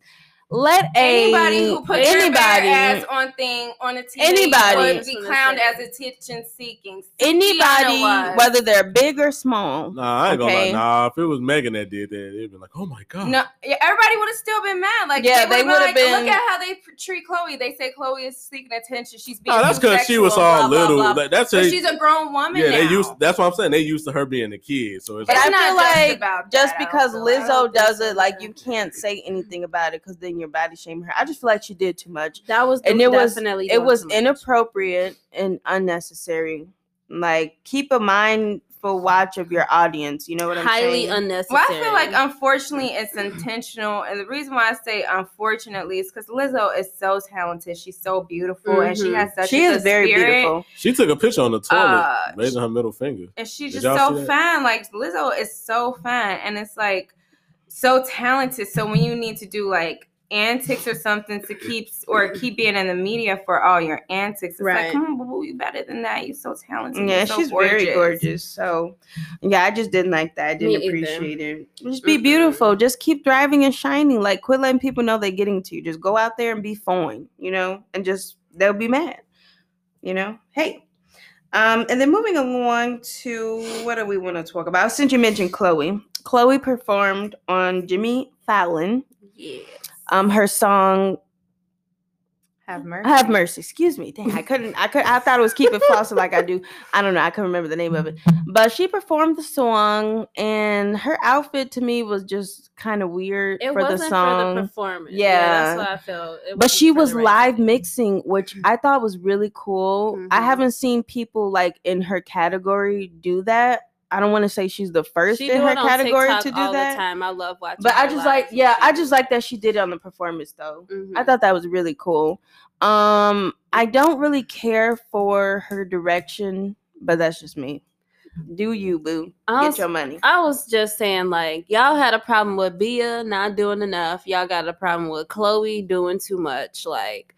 A: let a
D: Anybody who puts
A: anybody
D: their bare ass on thing on a TV
A: Anybody.
D: would be clowned as attention seeking.
A: anybody,
D: Tiana was.
A: whether they're big or small.
C: (laughs) Nah, I ain't gonna
A: Okay.
C: lie. Nah, if it was Megan that did that, it'd be like, oh my god.
D: No, yeah, everybody would have still been mad. Like,
A: Mm. Yeah,
D: they
A: they
D: would have
A: would've
D: been. like,
A: been-
D: Look at how they p- treat Chloe. They say Chloe is seeking attention. She's being.
C: No, that's because she
D: sexual,
C: was
D: blah,
C: all
D: blah,
C: little.
D: blah.
C: Like, that's
D: But
C: her-
D: she's a grown woman.
C: yeah. They
D: now.
C: used. That's what I'm saying. They used to her being a kid, so it's
A: And
D: It's
A: I
C: like,
D: not
A: feel
D: just
A: like
D: about
A: Just
D: that, I
A: because
D: don't feel. I don't
A: Lizzo
D: think
A: does
D: so,
A: it, like
D: yeah.
A: you can't say anything about it because then you're body shaming her. I just feel like she did too much.
B: That was
A: And it was-
B: definitely
A: It
B: doing
A: was
B: too much.
A: inappropriate and unnecessary. Like keep a mindful watch of your audience. You know what I'm
B: highly
A: saying?
B: unnecessary.
D: Well, I feel like unfortunately it's intentional, and the reason why I say unfortunately is because Lizzo is so talented. She's so beautiful, and she
B: Mhm.
D: has such.
A: Mm-hmm. she
D: a
A: is
D: good
A: very
D: spirit,
A: beautiful.
C: she took a picture on the toilet,
D: uh,
C: raising her middle finger.
D: and she's
C: Did
D: just
C: y'all
D: so
C: see
D: fine. Like Lizzo is so fine, and it's like so talented. So when you need to do like antics or something to keep or keep being in the media for all your antics, it's
B: Right.
D: like come on, boo, you better than that. You're so talented.
A: Yeah,
D: You're so
A: she's very gorgeous. So yeah, I just didn't like that. I didn't
B: Me either.
A: appreciate it. Just be
B: Mm-mm.
A: beautiful. Just keep driving and shining. Like quit letting people know they're getting to you. Just go out there and be fine, you know, and just they'll be mad. You know? Hey. Um, and then moving along to what do we want to talk about? Since you mentioned Chloe. Chloe performed on Jimmy Fallon,
B: yes.
A: um, her song
D: Have mercy.
A: have mercy. Excuse me. Dang, I couldn't. I could. I thought it was keep it flossing like I
B: (laughs)
A: do. I don't know. I couldn't remember the name of it. But she performed the song, and her outfit to me was just kind of weird
B: It
A: for the
B: wasn't
A: song.
B: for the performance.
A: Yeah.
B: that's what I felt. It
A: but
B: wasn't
A: she
B: for the
A: was
B: right
A: live
B: thing.
A: mixing, which I thought was really cool. I
B: Mhm.
A: haven't seen people like in her category do that. I don't want to say she's the first
B: She
A: in
B: do
A: her
B: it on
A: category
B: TikTok
A: to do
B: all
A: that.
B: The time. I love watching.
A: But I
B: her
A: just
B: live.
A: like,
B: She
A: yeah, I
B: do
A: just
B: it.
A: like that she did it on the performance though.
B: Mhm.
A: I thought that was really cool. Um, I don't really care for her direction, but that's just me. Do you, boo?
B: I
A: Get
B: was,
A: your money.
B: I was just saying, like, y'all had a problem with Bia not doing enough. Y'all got a problem with Chloe doing too much. Like,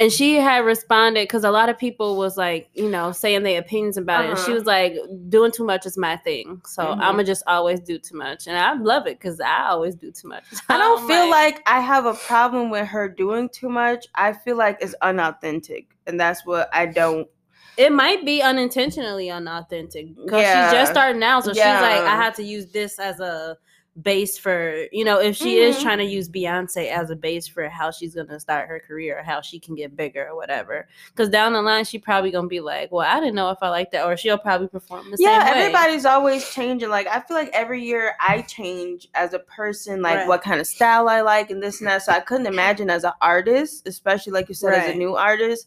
B: and she had responded because a lot of people was like, you know, saying their opinions about it. And she
D: Uh-huh.
B: was like, doing too much is my thing. So
A: Mhm.
B: I'm going to just always do too much. And I love it because I always do too much. (laughs)
A: I
B: I'm
A: don't feel like I have a problem with her doing too much. I feel like it's unauthentic, and that's what I don't.
B: It might be unintentionally unauthentic because
A: Yeah.
B: she's just starting out, so
A: Yeah.
B: she's like, I had to use this as a base for you know if she is
A: Mhm.
B: trying to use Beyonce as a base for how she's gonna start her career or how she can get bigger or whatever. Because down the line, she probably gonna be like, well, I didn't know if I like that, or she'll probably perform the
A: yeah,
B: same way.
A: everybody's always changing. Like I feel like every year I change as a person, like
B: Right.
A: what kind of style I like and this and that. So I couldn't imagine as an artist, especially like you said, as a
B: Right.
A: new artist.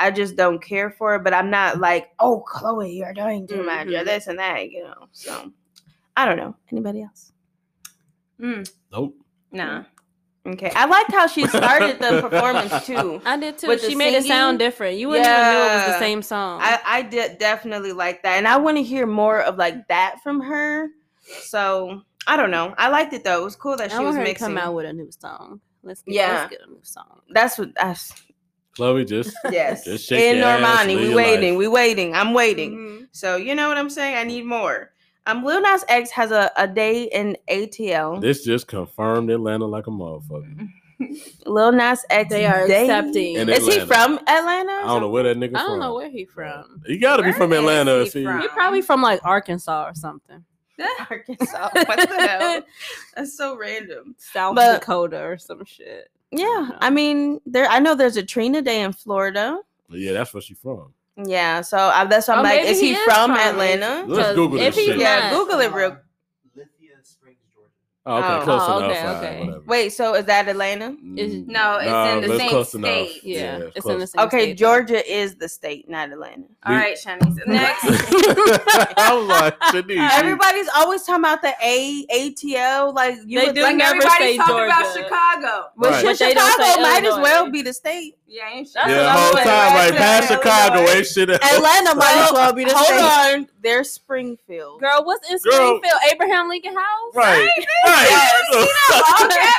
A: I just don't care for it, but I'm not like, oh, Chloe, you're doing too much, or
B: Mhm.
A: this and that, you know. So I don't know. Anybody else?
D: Mm,
C: Nope.
D: nah.
A: Okay. I liked how she started the
B: (laughs)
A: performance too.
B: I did too.
A: With
B: She
A: the
B: made it
A: singing?
B: sound different. You wouldn't even know it was
A: Yeah.
B: the same song.
A: I, I did definitely like that, and I want to hear more of like that from her. So I don't know. I liked it though. It was cool that she
B: I
A: was
B: want her to
A: mixing.
B: come out with a new song. Let's get,
A: Yeah.
B: let's get a new song.
A: That's what. I,
C: Chloe just
A: yes.
C: Just shake
A: In
C: your ass,
A: Normani,
C: live
A: we
C: your life.
A: waiting. We waiting. I'm waiting.
B: Mhm.
A: So you know what I'm saying. I need more. Um, Lil Nas X has a, a day in ATL.
C: this just confirmed Atlanta like a motherfucker.
A: Lil Nas X.
B: They are
A: day-
B: accepting.
C: And In
A: Is he
C: Atlanta.
A: from Atlanta?
C: I don't know where that nigga
B: I
C: from.
B: don't know where he from.
C: He gotta be
D: Where
C: from
D: is
C: Atlanta.
D: he
C: See,
D: from?
B: He probably from like Arkansas
A: (laughs)
B: or something. (laughs)
A: Arkansas. What the hell? That's so random.
B: South
A: But-
B: Dakota or some shit.
A: Yeah,
B: know.
A: I mean, there. I know there's a Trina Day in Florida.
C: yeah, that's where she from.
A: Yeah, so I, that's why I'm
B: Oh,
A: like,
B: maybe
A: is he,
B: he is
A: from
B: from-
A: Atlanta?
C: Let's
B: 'Cause
C: Google
B: if
C: this
B: he's
C: shit.
A: Yeah,
B: not-
A: Google it real.
E: Um, Lithia Springs, Georgia.
C: Oh, okay,
A: Oh.
C: close
B: Oh,
C: enough.
B: okay,
C: Alright,
B: okay.
C: whatever. Mm.
A: Wait, so is that Atlanta?
B: It's-
D: No, it's
C: Nah,
D: in the
C: that's
D: same
C: close
D: state.
C: enough.
B: Yeah,
C: Yeah,
B: it's, in the
C: close.
B: same
A: Okay,
B: state.
A: Georgia is the state, not Atlanta.
D: All right,
A: (laughs)
D: Shanice. Next.
C: (laughs) I'm like, Shanice, you-
A: Uh, Everybody's always talking about the A ATL, like you
B: They
A: would
B: do
A: think
D: like
B: never
A: everybody.
D: everybody's
B: say
D: talking about
B: Georgia.
D: Chicago.
A: But
C: Right.
A: shit,
B: But they don't
A: Chicago
B: say
A: might as well
B: Illinois.
A: be the state.
D: Yeah, ain't
B: That's
C: yeah,
B: what
C: whole
B: I'm
C: time right
A: saying.
C: past Chicago,
A: Illinois.
C: ain't shit. else.
A: Atlanta might as well be the
B: Hold
A: state. on, there's Springfield.
B: Girl, what's in
C: Girl.
B: Springfield? Abraham Lincoln House?
C: (laughs) Right, (laughs) right.
D: Log
C: (laughs)
D: cabin.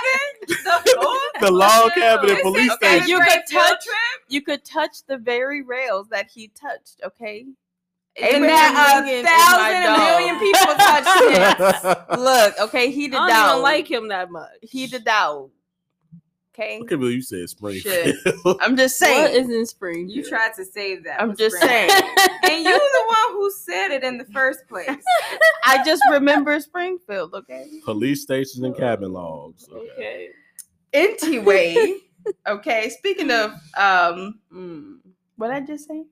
D: The
C: The log cabin and police
A: Okay,
C: station. (laughs)
A: you
D: Great
A: could
D: field
A: touch-
D: trip.
A: You could touch the very rails that he touched. Okay,
D: And
A: Abraham
D: that
A: Lincoln is
D: a
A: my
D: thousand, a million
A: dog.
D: people touched
C: (laughs)
D: it.
A: Look, okay, he
B: I
A: did
B: don't
A: down.
B: even like him that much.
A: he did down.
D: Okay.
C: I can't believe you said Springfield.
D: Shit.
A: I'm just
B: What
A: saying.
B: is in spring?
D: You
B: (laughs)
D: tried to save that.
A: I'm
D: for
A: just
D: spring.
A: saying.
D: and you're the one who said it in the first place.
A: I just remember Springfield. Okay.
C: (laughs) Police stations and cabin logs. Okay.
B: Okay.
A: Anyway. Okay. Speaking of um,
B: Mm.
A: what did I just say?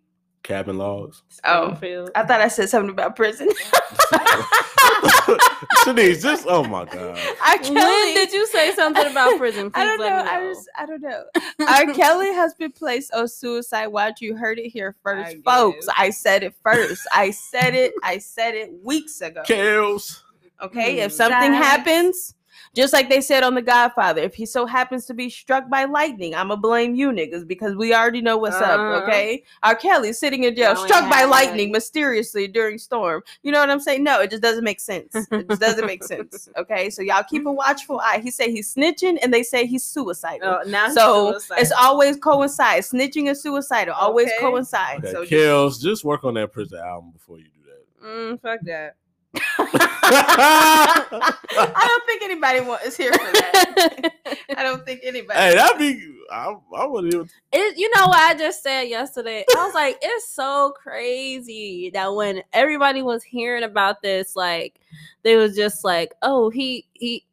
A: (laughs)
C: Cabin logs.
A: Oh.
B: Springfield.
A: I thought I said something about prison. (laughs)
C: Shanice, this. Oh my god.
A: I
B: when did you say something about prison?
A: (laughs) I
B: Please
A: don't know.
B: let me
A: I just I don't know. R. Kelly has been placed on suicide watch. You heard it here first,
D: I
A: folks.
D: guess.
A: I said it first. I said it. I said it weeks ago.
C: Kels.
A: (laughs) Okay, if
D: Mm-hmm.
B: Mm.
A: something
D: Guys.
A: happens, just like they said on The Godfather, if he so happens to be struck by lightning, I'ma blame you niggas because we already know what's
B: Uh-huh.
A: up. Okay, R. Kelly sitting in jail,
D: Oh,
B: Now it
A: struck by
B: happened.
A: lightning mysteriously during storm. You know what I'm saying? No, it just doesn't make sense. It
D: (laughs)
A: just doesn't make sense. Okay, so y'all keep a watchful eye. He say he's snitching, and they say he's suicidal.
D: Oh, now he's
A: So
D: suicidal.
A: it's always coincide. Snitching and suicidal always
D: Okay.
A: coincide.
C: Okay,
A: So just-
C: Kels, just, work on that prison album before you do
D: Mm, fuck that.
C: that.
A: I don't think anybody wa- is here for that.
B: (laughs)
A: I don't
C: (laughs)
A: think anybody.
C: (laughs) hey, that'd be. I, I wouldn't even.
B: it, you know what I just said yesterday? I was like, it's so crazy that when everybody was hearing about this, like they was just like, oh, he he.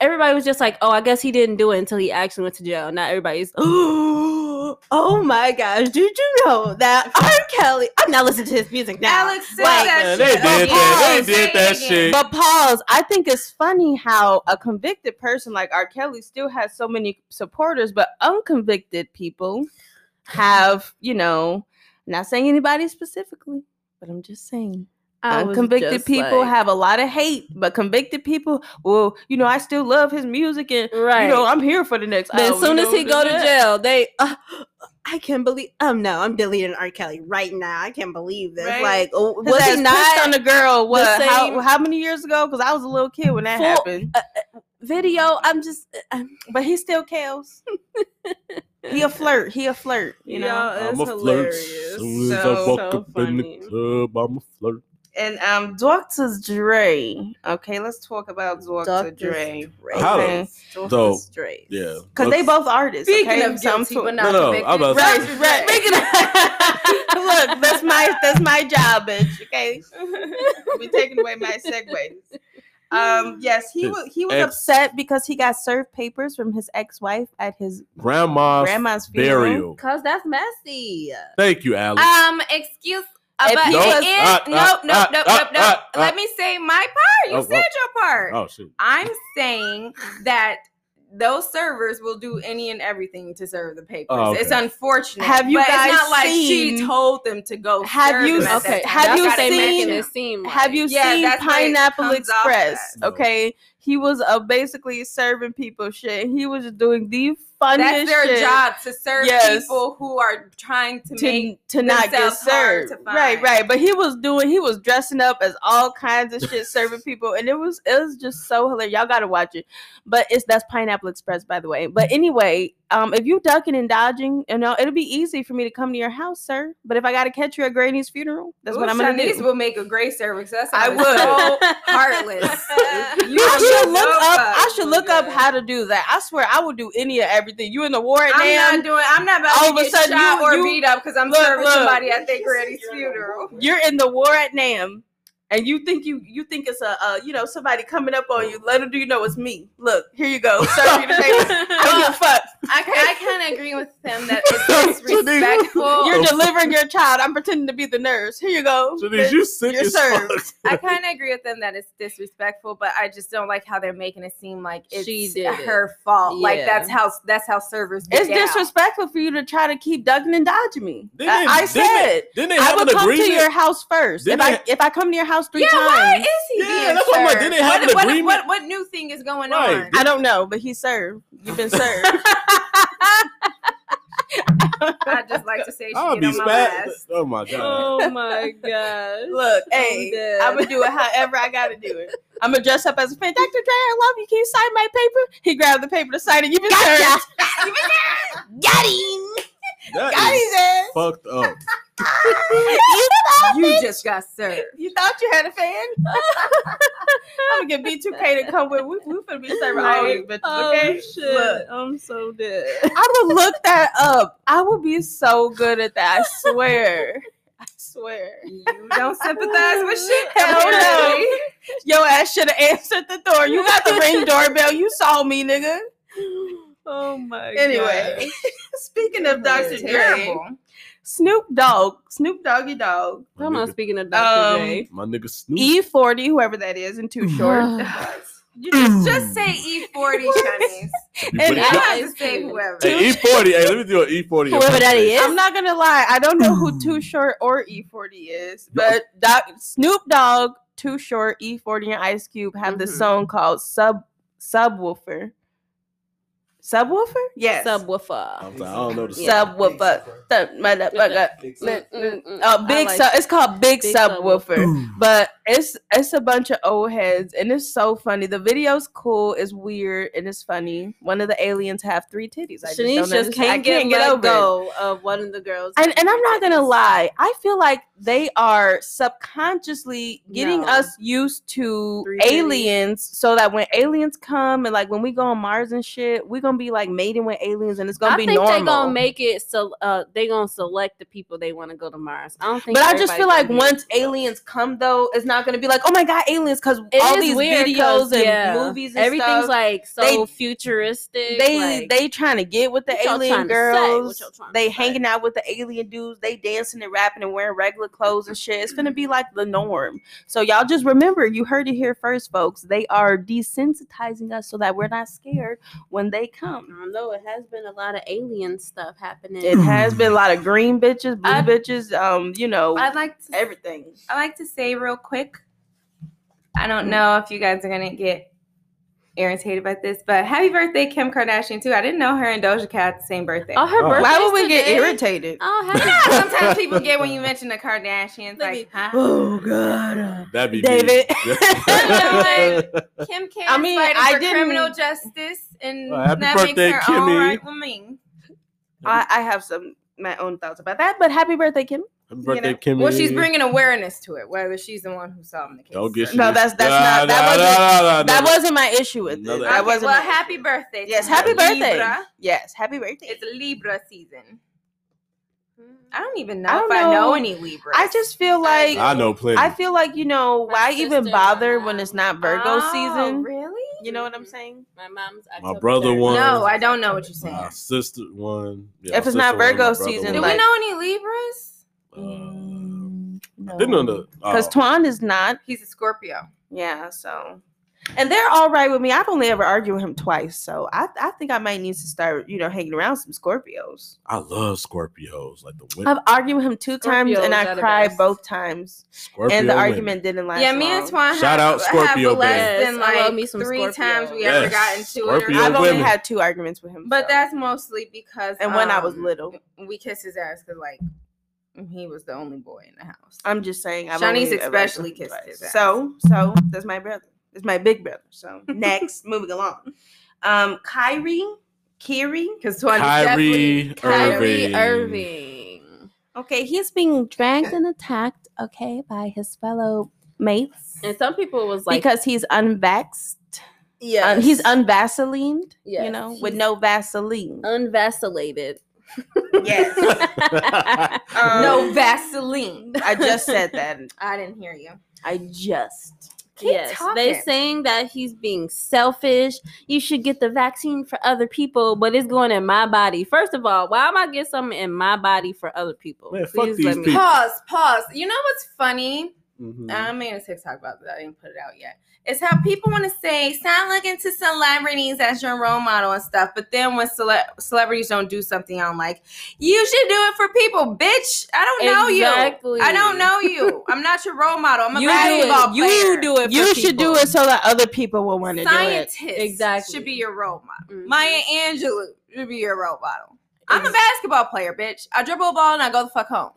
B: Everybody was just like, oh, I guess he didn't do it until he actually went to jail. Now everybody's, (gasps) oh, oh my gosh, did you know that R. Kelly? I'm not listening to his music now.
D: Alex said
B: Like,
D: that
C: Man,
D: shit.
C: they did
A: But
C: that.
A: pause.
C: They did that
D: Say it
C: shit.
A: But pause. I think it's funny how a convicted person like R. Kelly still has so many supporters, but unconvicted people have, you know, not saying anybody specifically, but I'm just saying
B: I was
A: unconvicted
B: just
A: people
B: like-
A: have a lot of hate, but convicted people, well, you know, I still love his music and
B: right.
A: you know, I'm here for the next.
B: But as
A: album,
B: soon
A: you
B: as
A: Oh, know,
B: he go to
A: this-
B: jail, they. Uh, I can't believe. Um, no, I'm deleting R. Kelly right now. I can't believe this.
A: Right?
B: Like, oh,
A: His
B: was
A: ass
B: he
A: pissed
B: not
A: on the girl? What?
B: same-
A: How, how many years ago? Because I was a little kid when that
B: Full- uh,
A: happened.
B: video? I'm just. um, i
A: but he still kills.
B: (laughs)
A: he a flirt. He a flirt. You know.
C: I'm a flirt. Soon as I
A: So,
C: walk
B: so
C: up in
B: funny.
C: the club, I'm a flirt.
A: And um, Dr. Dre. Okay, let's talk about Dr. Dre.
C: How-
A: Okay.
C: So,
B: straight.
C: Yeah.
A: Cause they both artists.
D: Speaking
A: okay?
D: of
A: So I'm
D: guilty,
A: to- (laughs)
D: but not
C: No, no, I'm about
D: convicted.
C: to
A: Right,
C: say-
A: right. Speaking of- (laughs)
C: (laughs)
A: look, that's my that's my job, bitch.
D: (laughs)
A: Okay, we taking away my segues. Um, yes, he
C: His
A: was he was
C: ex-
A: upset because he got served papers from his ex wife at his
C: Grandma's
A: grandma's funeral. Ah,
C: burial.
B: Cause that's messy.
C: Thank you, Alex.
D: Um, excuse. Uh,
A: If
D: but
A: he
D: it
A: was-
D: is-
C: Ah, ah,
D: nope, nope,
C: ah,
D: nope,
C: ah,
D: nope, nope.
C: ah,
D: Let
C: ah.
D: me say my part. You
C: Oh,
D: said your part.
C: oh shit.
D: I'm saying that those servers will do any and everything to serve the papers.
C: Oh, okay.
D: It's unfortunate.
A: Have you
D: but
A: guys
D: it's not like
A: seen-
D: she told them to go.
A: Have
D: serve
A: you
D: them at
A: s-
D: that
A: okay,
D: time.
A: have
D: That's
A: you
D: how they make
A: seen-
D: it
B: it seem?
A: Have you
D: Yeah,
A: seen
D: that's what it
A: Pineapple
D: comes off
A: Express?
D: as.
C: No.
A: Okay, he was uh, basically serving people shit. He was just doing the funniest
D: That's their
A: shit
D: job to serve
A: Yes.
D: people who are trying to,
A: to
D: make.
A: to not get
D: themselves hard
A: served.
D: to
A: Right,
D: find.
A: right. But he was doing he was dressing up as all kinds of shit
D: (laughs)
A: serving people and it was it was just so hilarious. Y'all gotta watch it. But it's that's Pineapple Express by the way. But anyway, um if you ducking and dodging, you know, it'll be easy for me to come to your house, sir. But if I gotta catch you at Granny's funeral, that's what
D: Ooh,
A: I'm gonna
D: Shanice
A: do.
D: will make a great service. That's
A: I
D: why it's
A: would.
D: (laughs) So
A: (laughs)
D: heartless. You
A: I should
D: don't
A: look
D: know
A: up.
D: about
A: I should
D: it,
A: look up
D: nigga.
A: how to do that. I swear, I will do any of everything. You in the war,
D: I'm
A: damn.
D: not doing. I'm not about
A: all
D: to
A: of a
D: get
A: sudden
D: shot
A: you-
D: or
A: you-
D: beat up because I'm
A: Look,
D: serving
A: look.
D: somebody at their granny's funeral.
A: you're in the war at Nam, and you think you you think it's a, uh you know somebody coming up on you. Little do you know it's me. Look, here you
D: (laughs)
A: go. Serve you the
B: (laughs)
A: papers. I don't give a fuck.
D: I, I kind of agree with him that it's disrespectful.
A: You're
C: Oh.
A: delivering your child. I'm pretending to be the nurse. Here you go.
C: Shanice, you sick
A: You're
C: as
A: served.
C: fuck.
D: I kind of agree with them that it's disrespectful, but I just don't like how they're making it seem like it's
B: She did it.
D: her fault. Like
B: Yeah.
D: that's how that's how servers. Be
A: It's
D: down.
A: disrespectful for you to try to keep ducking and dodging me.
C: They
A: I,
C: (laughs) didn't-
A: I
C: they
A: said it.
C: Then they
A: I
C: have
A: would
C: an
A: come to your
C: agreement.
A: house first.
C: Didn't
A: If I
C: they-
A: if I come to your house three
D: Yeah, why
A: times,
D: is he
C: Yeah,
D: being
C: that's what I'm like,
D: served?
C: didn't have an
D: what, what,
C: agreement?
D: what, what new thing is going
C: Right.
D: on?
A: I don't know, but he served. You've been
C: (laughs)
A: served.
D: I just like to say she
C: (laughs) I'll
D: get
C: be
D: on my
C: spat.
D: ass.
C: Oh my
A: (laughs)
C: god.
B: Oh my gosh. Oh,
A: Look, (laughs)
B: I'm
A: hey,
B: dead. (laughs)
A: I'm gonna do it however I gotta do it. I'm gonna dress up as a fan. Dr. Dre, I love you. Can you sign my paper? He grabbed the paper to sign it. You've been served.
B: Got him.
C: That
A: Got
C: is
A: his ass.
C: fucked up.
A: you, thought
D: You
A: it?
D: just got served.
A: You thought you had a (laughs) fan? I'm gonna get B2K to come with. We, we finna be serving all these bitches,
B: Oh
A: okay?
B: shit!
A: Look.
B: I'm so dead.
A: I would look that up. I would be so good at that. I swear. I swear.
D: You don't sympathize with shit.
A: Hell no.
D: apparently.
A: Yo ass should have answered the door. You got the ring doorbell. You saw me, nigga.
B: Oh my.
A: Anyway, (laughs) speaking of Dr. Dre,
D: Terrible.
A: Snoop Dogg, Snoop Doggy Dog,
B: God. I'm
C: My
B: not
C: nigga,
B: speaking of Dr.
A: Um,
B: J.
C: my nigga Snoop.
A: E40, whoever that is, in Too
B: (sighs)
A: Short.
D: You just, just say
B: Hmm.
D: E
B: (laughs)
D: E40, Chinese.
C: You
A: and
C: put it-
D: You don't
A: I-
D: have to say whoever.
C: Hey, E40. Hey, let me do E an E40.
F: Whoever that is.
A: I'm not gonna lie, I don't know who Too Short or E40 is, but Doc, Snoop Dogg, Too Short, E40, and Ice Cube have this
B: Mhm.
A: song called Sub Subwoofer. Subwoofer? Yes. Mm,
B: Subwoofer.
C: I'm sorry, I don't know the
A: Yeah. Subwoofer. Sub- motherfucker.
E: Subwoofer.
A: mm, Uh, big
B: Mm, I
A: sub. It's called Big,
B: Big
A: Subwoofer.
C: song.
A: but it's it's a bunch of old heads and it's so funny the video's cool it's weird and it's funny one of the aliens have three titties i
B: Shanice
A: just,
B: just,
A: don't understand-
B: can't,
A: I can't get
B: let
A: over it.
B: go of one of the girls.
A: and, and i'm not gonna lie i feel like they are subconsciously getting
B: No.
A: us used to
B: Three titties.
A: aliens so that when aliens come and like when we go on mars and shit we're gonna be like mating with aliens and it's gonna
B: I
A: be
B: think
A: normal
B: they gonna make it so uh they gonna select the people they want to go to Mars. I don't think.
A: but I just feel like
B: everybody's gonna
A: once aliens come, though, it's not gonna be like, oh my god, aliens, because
B: be- It
A: all
B: is
A: these
B: weird 'cause,
A: videos and
B: yeah,
A: movies and
B: everything's
A: stuff,
B: like so
A: they-
B: futuristic.
A: they
B: like,
A: they trying to get with the
B: What y'all
A: alien
B: tryna say? What
A: girls.
B: y'all tryna
A: They
B: say?
A: hanging out with the alien dudes. They dancing and rapping and wearing regular clothes and shit. It's gonna be like the norm. So y'all just remember, you heard it here first, folks. They are desensitizing us so that we're not scared when they come.
B: I know Um, it has been a lot of alien stuff happening.
A: It has been a lot of green bitches, blue
B: I-
A: bitches, um, you know,
D: I'd like to
A: everything.
D: I like to say real quick. I don't know if you guys are gonna get irritated by this, but happy birthday, Kim Kardashian too. I didn't know her and Doja Cat had the same birthday. (laughs)
B: oh, her
C: Why
B: birthday.
A: Why would we get irritated?
B: Oh,
D: You know
B: happy
D: how Sometimes people get when you mention the Kardashians,
B: Let
D: like
B: me-
D: huh?
B: (gasps)
A: Oh god,
C: (clears throat) That'd be me. (laughs)
A: David.
D: Kim K.
A: I
D: I
A: mean,
D: mean, fighting
A: I
D: for
A: didn't-
D: criminal justice, and
C: Well, happy
D: that
C: birthday,
D: makes her all
C: Kimmy.
D: right with me.
A: (laughs) I, I have some my own thoughts about that, but happy birthday, Kim.
C: Happy birthday,
A: know,
C: Kimmy.
D: Well, she's bringing awareness to it, whether she's the one who solved the case.
C: Don't get
A: No,
C: shit.
A: that's- that's not- that
C: wasn't.
A: that wasn't my issue with it.
C: Another
A: That
D: Okay,
A: wasn't.
D: well,
A: my
D: happy
A: issue.
D: birthday. to
A: Yes,
D: her.
A: happy birthday.
D: Libra.
A: Yes, happy birthday.
D: It's Libra season. I
B: I
D: don't even know
A: I don't
D: if I know
A: know.
D: any Libras.
A: I just feel like
C: I know plenty.
A: I feel like you know
B: My
A: why even
B: sister,
A: bother
B: uh,
A: when it's not Virgo
D: Oh,
A: season.
D: Really?
A: You know what I'm saying?
B: my mom's.
C: my brother won.
D: No,
B: (laughs)
D: I don't know what you're saying.
C: My sister won. Yeah,
A: If
C: my
A: it's not
C: sister won, my
A: Virgo
C: brother
A: season,
D: Do
C: won.
A: like-
D: we know any Libras?
C: Uh, didn't know the
A: Because
C: oh,
A: Twan is not.
D: He's a Scorpio.
A: Yeah, so. And they're all right with me. I've only ever argued with him twice, so I, I think I might need to start, you know, hanging around some Scorpios.
C: I love Scorpios. Like the
A: I've
C: winter
A: argued with him two times, and
B: Scorpios
A: I
B: are the
A: cried
B: best.
A: both times,
C: Scorpio.
A: and the
C: women.
A: argument didn't last.
D: yeah, me and
A: long.
D: Twan have-
C: Shout out Scorpio
D: have less
B: babe.
D: than
B: Yes, I love
D: like
B: me some
D: three
B: Scorpio.
D: times we
C: Yes,
D: ever got into
C: Scorpio
D: it.
A: I've
D: Or,
A: only
C: women.
A: had two arguments with him,
D: but
A: so.
D: that's mostly because
A: and when I was
D: um,
A: little.
D: we kissed his ass because like he was the only boy in the house.
A: I'm just saying. I've
D: Shawnee's
A: only ever-
D: especially kissed his ass.
A: So, so that's my brother. It's my big brother. So next, moving along. Um, Kyrie, Kyrie.
D: because Twan definitely-
C: Kyrie
B: Kyrie
C: Irving.
B: Irving.
A: Okay, he's being dragged and attacked. Okay, by his fellow mates
B: And some people was like,
A: because he's unvaxxed.
B: yeah,
A: Um, he's unvaselined. you
B: Yes,
A: know, with
B: he's-
A: no Vaseline.
B: unvacillated. (laughs)
A: yes. Um,
D: No Vaseline.
A: I just said that.
D: I didn't hear you.
A: I just.
D: Keep
B: yes, they
D: talking.
B: saying that he's being selfish. You should get the vaccine for other people, but it's going in my body. First of all, why am I getting something in my body for other people?
C: Man, fuck
B: Please
C: these
B: let me-
C: people.
D: Pause. Pause. You know what's funny?
C: Mhm.
A: Uh,
D: I made a TikTok about that. I didn't put it out yet. It's how people want to say, stop looking to celebrities as your role model and stuff. But then when cele- celebrities don't do something, I'm like, you should do it for people, bitch. I don't know
B: Exactly.
D: you. I don't know you. I'm not your role model. I'm a
B: You do
D: basketball
B: it. You
D: player.
B: do it. for
A: You should do
B: people.
A: it so that other people will want to do it.
D: Scientists
B: Exactly.
D: should be your role model.
B: Mhm.
D: Maya Angelou should be your role model. I'm a
B: Ex-
D: basketball player, bitch. I dribble a ball and I go the fuck home.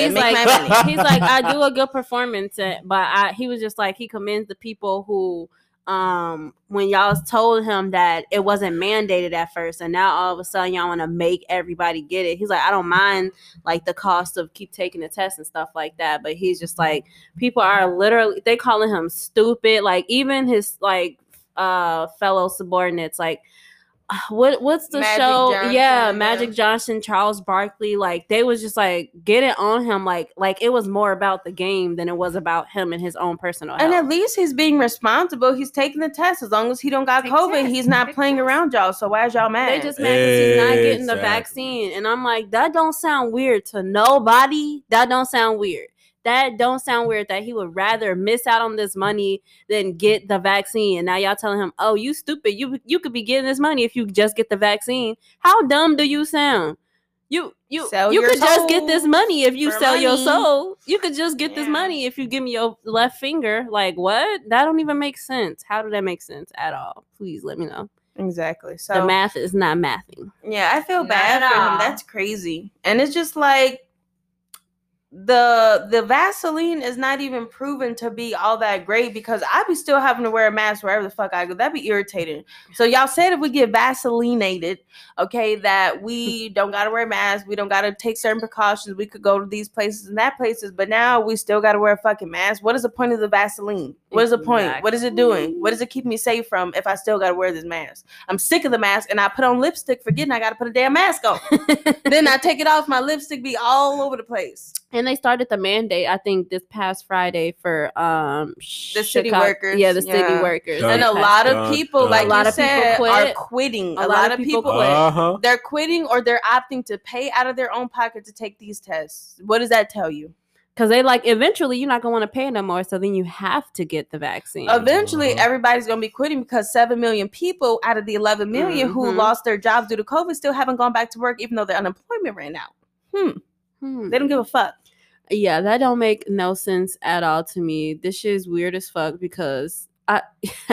A: Exactly,
B: He's
A: and make
B: like, (laughs)
C: my money.
B: he's like, I do a good performance, uh, but I, he was just like, he commends the people who um when y'all told him that it wasn't mandated at first and now all of a sudden y'all want to make everybody get it he's like i don't mind like the cost of keep taking the test and stuff like that but he's just like people are literally they calling him stupid like even his like uh fellow subordinates like uh, what what's the
D: Magic
B: show
D: Johnson,
B: yeah
D: yeah.
B: magic johnson charles barkley like they was just like get it on him like like it was more about the game than it was about him and his own personal
A: And
B: health.
A: at least he's being responsible. He's taking the test. As long as he don't got
D: Take
A: COVID,
D: tests.
A: he's not
D: Take
A: playing
D: tests.
A: around y'all. So why is y'all mad?
B: They just mad because he's not getting the
C: Exactly.
B: vaccine. And I'm like, that don't sound weird to nobody. That don't sound weird. That don't sound weird that he would rather miss out on this money than get the vaccine. And now y'all telling him, oh, you stupid. You you could be getting this money if you just get the vaccine. How dumb do you sound? You you
A: Sell
B: you
A: your
B: could just get this
A: soul
B: money if you
A: for
B: sell your
A: money.
B: soul. You could just get this
D: Yeah.
B: money if you give me your left finger. Like what? That don't even make sense. How did that make sense at all? Please let me know.
A: exactly. So
B: the math is not mathing.
A: Yeah, I feel
D: Not
A: bad
D: at
A: for
D: all.
A: him. That's crazy. And it's just like the the Vaseline is not even proven to be all that great because I be still having to wear a mask wherever the fuck I go. That'd be irritating. So y'all said if we get Vaselinated, okay, that
B: (laughs)
A: we don't gotta wear masks, we don't gotta take certain precautions, we could go to these places and that places, but now we still gotta wear a fucking mask. What is the point of the Vaseline? What is the point? What is it doing? What is it keeping me safe from if I still gotta wear this mask? I'm sick of the mask, and I put on lipstick, forgetting I got to put a damn mask
B: (laughs)
A: on. then I take it off, my lipstick be all over the place.
B: and they started the mandate i think this past friday for um
A: The city
B: Chicago-
A: workers,
B: yeah the city
A: yeah.
B: workers
C: Done.
A: And a
B: They
A: lot
B: passed
C: Dun,
A: of people,
C: dun.
A: like
C: A
B: lot
A: you
B: of people
A: said, are
B: quit.
A: quitting.
B: A lot of people quit.
C: Uh-huh.
A: They're quitting, or they're opting to pay out of their own pocket to take these tests. What does that tell you?
B: it. Cause they like eventually you're not gonna want to pay no more, so then you have to get the vaccine.
A: Eventually,
C: Uh-huh.
A: everybody's going to be quitting because seven million people out of the 11 million who
B: Mhm.
A: lost their jobs due to COVID still haven't gone back to work, even though their unemployment ran out.
B: Hmm.
A: They don't give a fuck.
B: yeah, that don't make no sense at all to me. This shit is weird as fuck because I (laughs)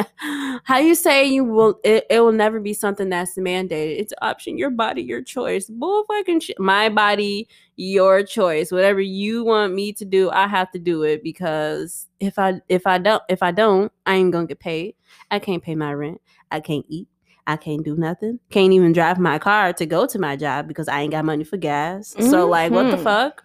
B: how you say you will it, it will never be something that's mandated. It's an option, your body, your choice. Bull fucking shit. My body, your choice. Whatever you want me to do, I have to do it because if I if I don't if I don't, I ain't gonna get paid. I can't pay my rent. I can't eat. I can't do nothing. Can't even drive my car to go to my job because I ain't got money for gas. So like what the
A: Mhm.
B: fuck?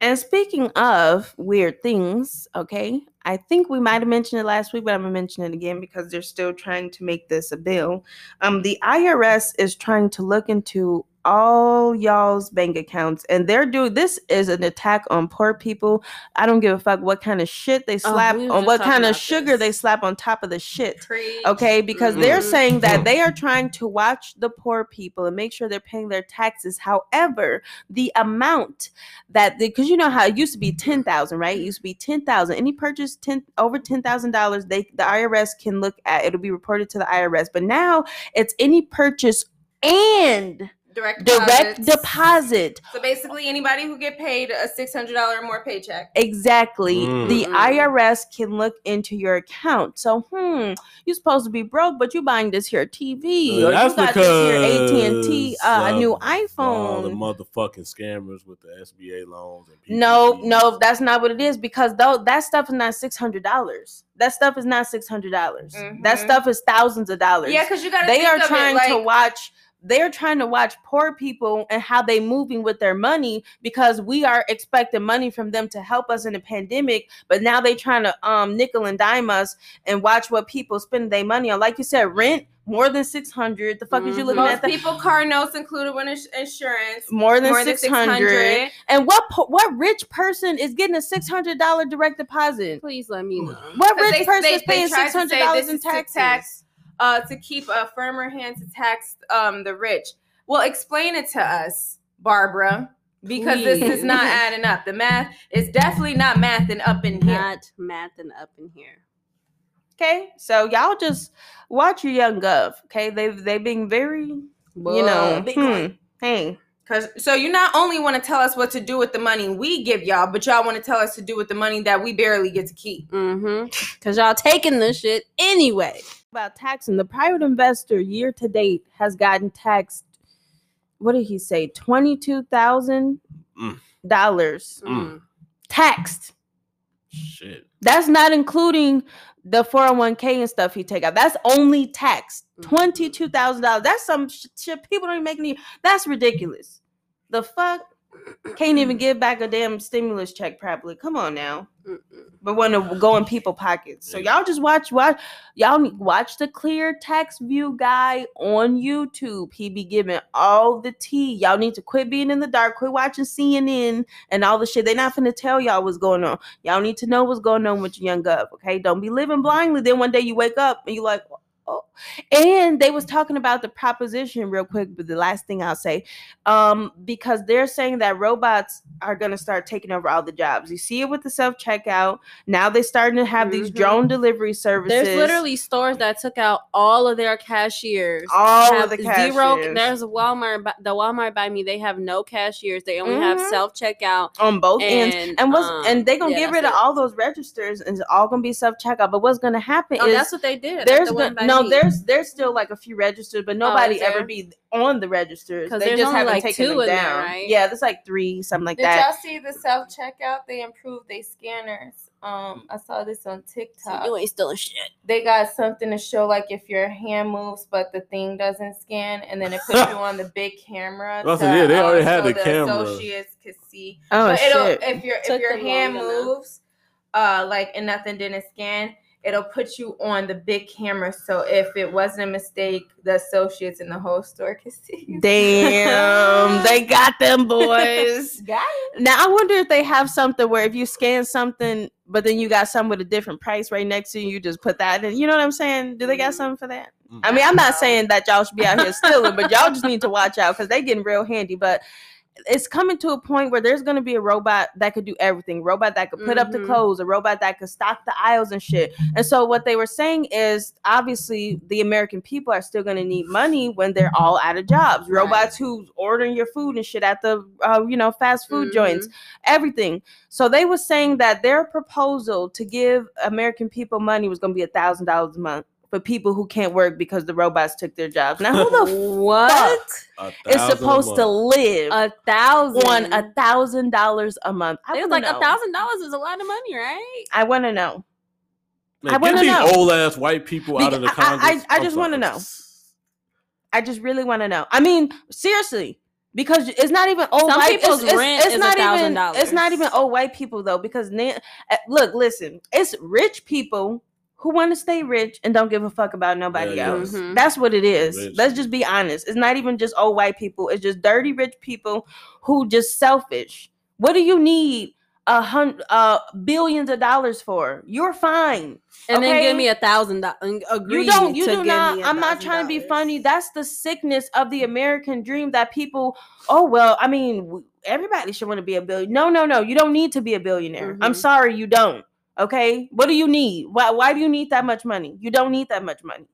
A: And speaking of weird things, okay, I think we might have mentioned it last week, but I'm gonna mention it again because they're still trying to make this a bill. Um, the IRS is trying to look into all y'all's bank accounts, and they're doing this is an attack on poor people. I don't give a fuck what kind of shit they slap
B: Oh, we were
A: on,
B: just
A: what
B: talking
A: kind of
B: about
A: sugar
B: this.
A: they slap on top of the shit
D: Preach.
A: okay because they're
D: Mm-hmm.
B: Mhm.
A: saying that they are trying to watch the poor people and make sure they're paying their taxes however the amount that because you know how it used to be 10000 right it used to be 10000 any purchase 10 over $10000 they the irs can look at it'll be reported to the irs but now it's any purchase and
D: Direct
A: direct
D: deposits.
A: deposit
D: So basically, anybody who get paid a six hundred dollar or more paycheck.
A: Exactly. The
B: Mm.
A: IRS can look into your account. So, hmm, you're supposed to be broke, but you buying this here TV.
C: Yeah,
A: or
C: that's
A: you got this
C: because
A: here AT&T, uh, a new
C: of All the
A: iPhone.
C: motherfucking scammers with the SBA loans and PPP.
A: No, no, that's not what it is because though that stuff is not six hundred dollars. That stuff is not six hundred dollars. That
D: Mhm.
A: stuff is thousands of dollars.
D: Yeah, because you got to.
A: they are
D: of
A: trying
D: it, like,
A: to watch they're trying to watch poor people and how they moving with their money because we are expecting money from them to help us in the pandemic but now they trying to um nickel and dime us and watch what people spend their money on like you said rent more than 600 the fuck is you
B: Mhm.
A: looking
D: Mm-hmm. Most
A: at that
D: people car notes included when ins- insurance.
A: more than,
D: more than
A: 600
D: 600.
A: and what po- what rich person is getting a $600 direct deposit
B: Please let me know.
A: what
D: 'Cause
A: rich
D: they-
A: person
D: they-
A: is
D: they
A: paying
D: tried to say
A: $600
D: this
A: in
D: is to
A: taxes
D: tax uh, to keep a firmer hand to tax um, the rich. Well, explain it to us, Barbara, because this
B: Please.
D: is not adding up. The math is definitely not mathing up in here.
B: Not mathing up in here.
A: okay so y'all just watch your young gov okay they've they've been very you
B: Well,
A: know,
B: Bitcoin.
A: hmm, hey,
D: Cause so you not only want to tell us what to do with the money we give y'all, but y'all want to tell us to do with the money that we barely get to keep.
B: Mm-hmm. Cause y'all taking this shit anyway.
A: about taxing the private investor year to date has gotten taxed. What did he say? Twenty two thousand
C: Mm.
A: dollars
C: Mm.
A: taxed
C: Shit.
A: That's not including the 401k and stuff he take out. That's only tax.
B: Mhm.
A: $22,000. That's some sh- shit people don't even make any. That's ridiculous. The fuck? Can't even give back a damn stimulus check properly. Come on now.
B: Mm-mm.
A: But want to go in people pockets. So
C: Yeah.
A: y'all just watch watch y'all need- watch the clear tax view guy on YouTube. He be giving all the tea. Y'all need to quit being in the dark. Quit watching CNN and all the shit. They not finna tell y'all what's going on. Y'all need to know what's going on with your young gov. Okay, don't be living blindly. Then one day you wake up and you like. Oh, and they was talking about the proposition real quick, but the last thing I'll say, um, because they're saying that robots are gonna start taking over all the jobs. You see it with the self checkout. Now they starting to have these
B: Mhm.
A: drone delivery services.
B: There's literally stores that took out all of their cashiers.
A: all
B: have
A: of the
B: zero.
A: cashiers
B: There's a Walmart, by- the Walmart by me. They have no cashiers. They only have
A: Mhm.
B: self checkout.
A: on both ends.
B: And,
A: And what's
B: um,
A: and they gonna
B: yeah,
A: get rid of
B: that's
A: all those registers and it's all gonna be self checkout. But what's gonna happen
B: it. Oh,
A: is
B: that's what they did. at
A: there's
B: the
A: go-
B: one by
A: no
B: me. Oh,
A: there's there's still like a few registers, but nobody
B: is
A: ever
B: there?
A: be on the registers.
B: 'Cause
A: They
B: there's
A: just
B: only,
A: haven't
B: like,
A: taken
B: two
A: them
B: in there,
A: down.
B: right?
A: Yeah, there's like three, something like
D: Did
A: that.
D: y'all see the self checkout? They improved they scanners. Um, I saw this on TikTok.
B: ain't stealing shit.
D: they got something to show like if your hand moves but the thing doesn't scan and then it puts you
B: (laughs)
D: on the big camera
C: That's
D: to,
C: it, yeah, they already
D: um,
C: had
D: so
C: the camera.
D: associates could see
A: oh
D: but
B: (laughs)
D: it'll
A: shit!
D: if your if
B: Took
D: your
B: them
D: hand
B: long enough.
D: moves uh like and nothing didn't scan it'll put you on the big camera so if it wasn't a mistake the associates in the whole store could see you.
B: (laughs)
A: Damn, they got them boys.
D: Got
A: Now I wonder if they have something where if you scan something, but then you got some with a different price right next to you, you just put that in. You know what I'm saying? Do they got
B: Mm.
A: something for that?
C: Mm.
A: I mean, I'm not
D: No.
A: saying that y'all should be out here stealing, but y'all just need to watch out because they getting real handy. But it's coming to a point where there's gonna be a robot that could do everything. A robot that could put up the
B: Mhm.
A: clothes, a robot that could stock the aisles and shit. And so what they were saying is obviously the American people are still gonna need money when they're all out of jobs.
B: Right.
A: Robots who's ordering your food and shit at the uh, you know fast food joints
B: Mm-hmm.
A: everything. So they were saying that their proposal to give American people money was going to be a thousand dollars a month for people who can't work because the robots took their jobs. Now who
B: (laughs)
A: the
B: What?
C: A
A: f- is
C: thousand a
A: supposed to
C: month.
A: live
B: A thousand.
A: on a thousand dollars a month? I
B: It was
A: wanna
B: like
A: know.
B: a thousand dollars is a lot of money, right?
A: I want to know. I
C: Man,
A: wanna
C: get these
A: know.
C: old ass white people out of the
A: Beca- I- I-
C: Congress.
A: I
C: I'm
A: just wanna
C: sorry.
A: know. I just really want to know. I mean, seriously, because it's not even old
B: Some
A: white
B: people's
A: it's, it's-
B: rent
A: it's
B: is
A: not even
B: $1,000.
A: it's not even old white people though, because na- uh, look, listen, it's rich people who want to stay rich and don't give a fuck about nobody
C: Yeah, yeah.
A: else.
B: Mhm.
A: That's what it is.
C: Rich.
A: Let's just be honest. It's not even just old white people. It's just dirty rich people who just selfish. What do you need a hundred uh, billions of dollars for? You're fine.
B: And then
A: Okay.
B: give me a thousand dollars.
A: You don't. You do not. I'm not trying to be funny. That's the sickness of the American dream that people. Oh well, I mean, w- everybody should want to be a billionaire. No, no, no. You don't need to be a billionaire. I'm
B: Mhm.
A: sorry, you don't. Okay, what do you need? Why? Why do you need that much money? You don't need that much money.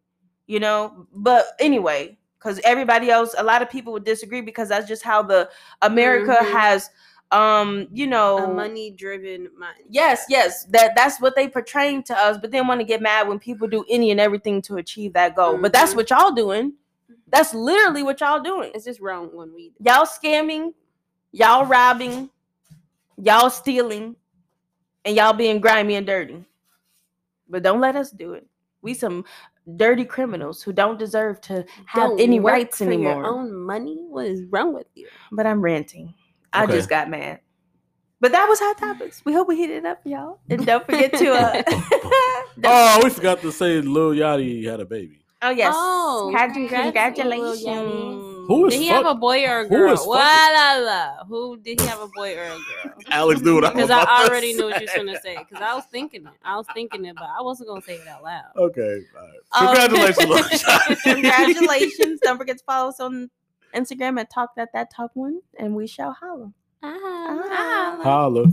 A: You know. But anyway, because everybody else, a lot of people would disagree because that's just how the America
B: Mhm.
A: has, um, you know,
B: a money driven mind.
A: Yes, yes, that that's what they portraying to us, but then want to get mad when people do any and everything to achieve that goal. But that's
B: Mhm.
A: what y'all doing. That's literally what y'all doing.
B: It's just wrong when we
A: Y'all scamming, y'all robbing, y'all stealing, and y'all being grimy and dirty. But don't let us do it. We some dirty criminals who don't deserve to have
B: Don't
A: any
B: work
A: rights
B: for your
A: anymore.
B: own money? What is wrong with you?
A: But I'm ranting. I
C: Okay.
A: just got mad. But that was hot topics. We hope we heated it up, y'all. And don't forget to uh,
C: Oh, we forgot to say Lil Yachty had a baby.
A: Oh yes.
B: Oh,
A: Had-
B: congrats, little
A: congratulations.
B: Yachty.
C: Who is
B: did he
C: fuck-
B: have a boy or a
C: who
B: girl?
C: is fucking-
B: What la, la. Who did he have a boy or
C: (laughs)
B: a girl?
C: Alex, dude,
B: Because I already knew what you was gonna say. Because I was thinking it. I was thinking it, but I wasn't gonna say it out loud.
C: Okay, all right.
B: Oh.
C: congratulations,
A: (laughs)
C: Lil Yachty.
A: Congratulations. Don't forget to follow us on Instagram at talk that that talk one and we shall holla.
B: Ah,
A: Ah.
B: ah.
C: Holla.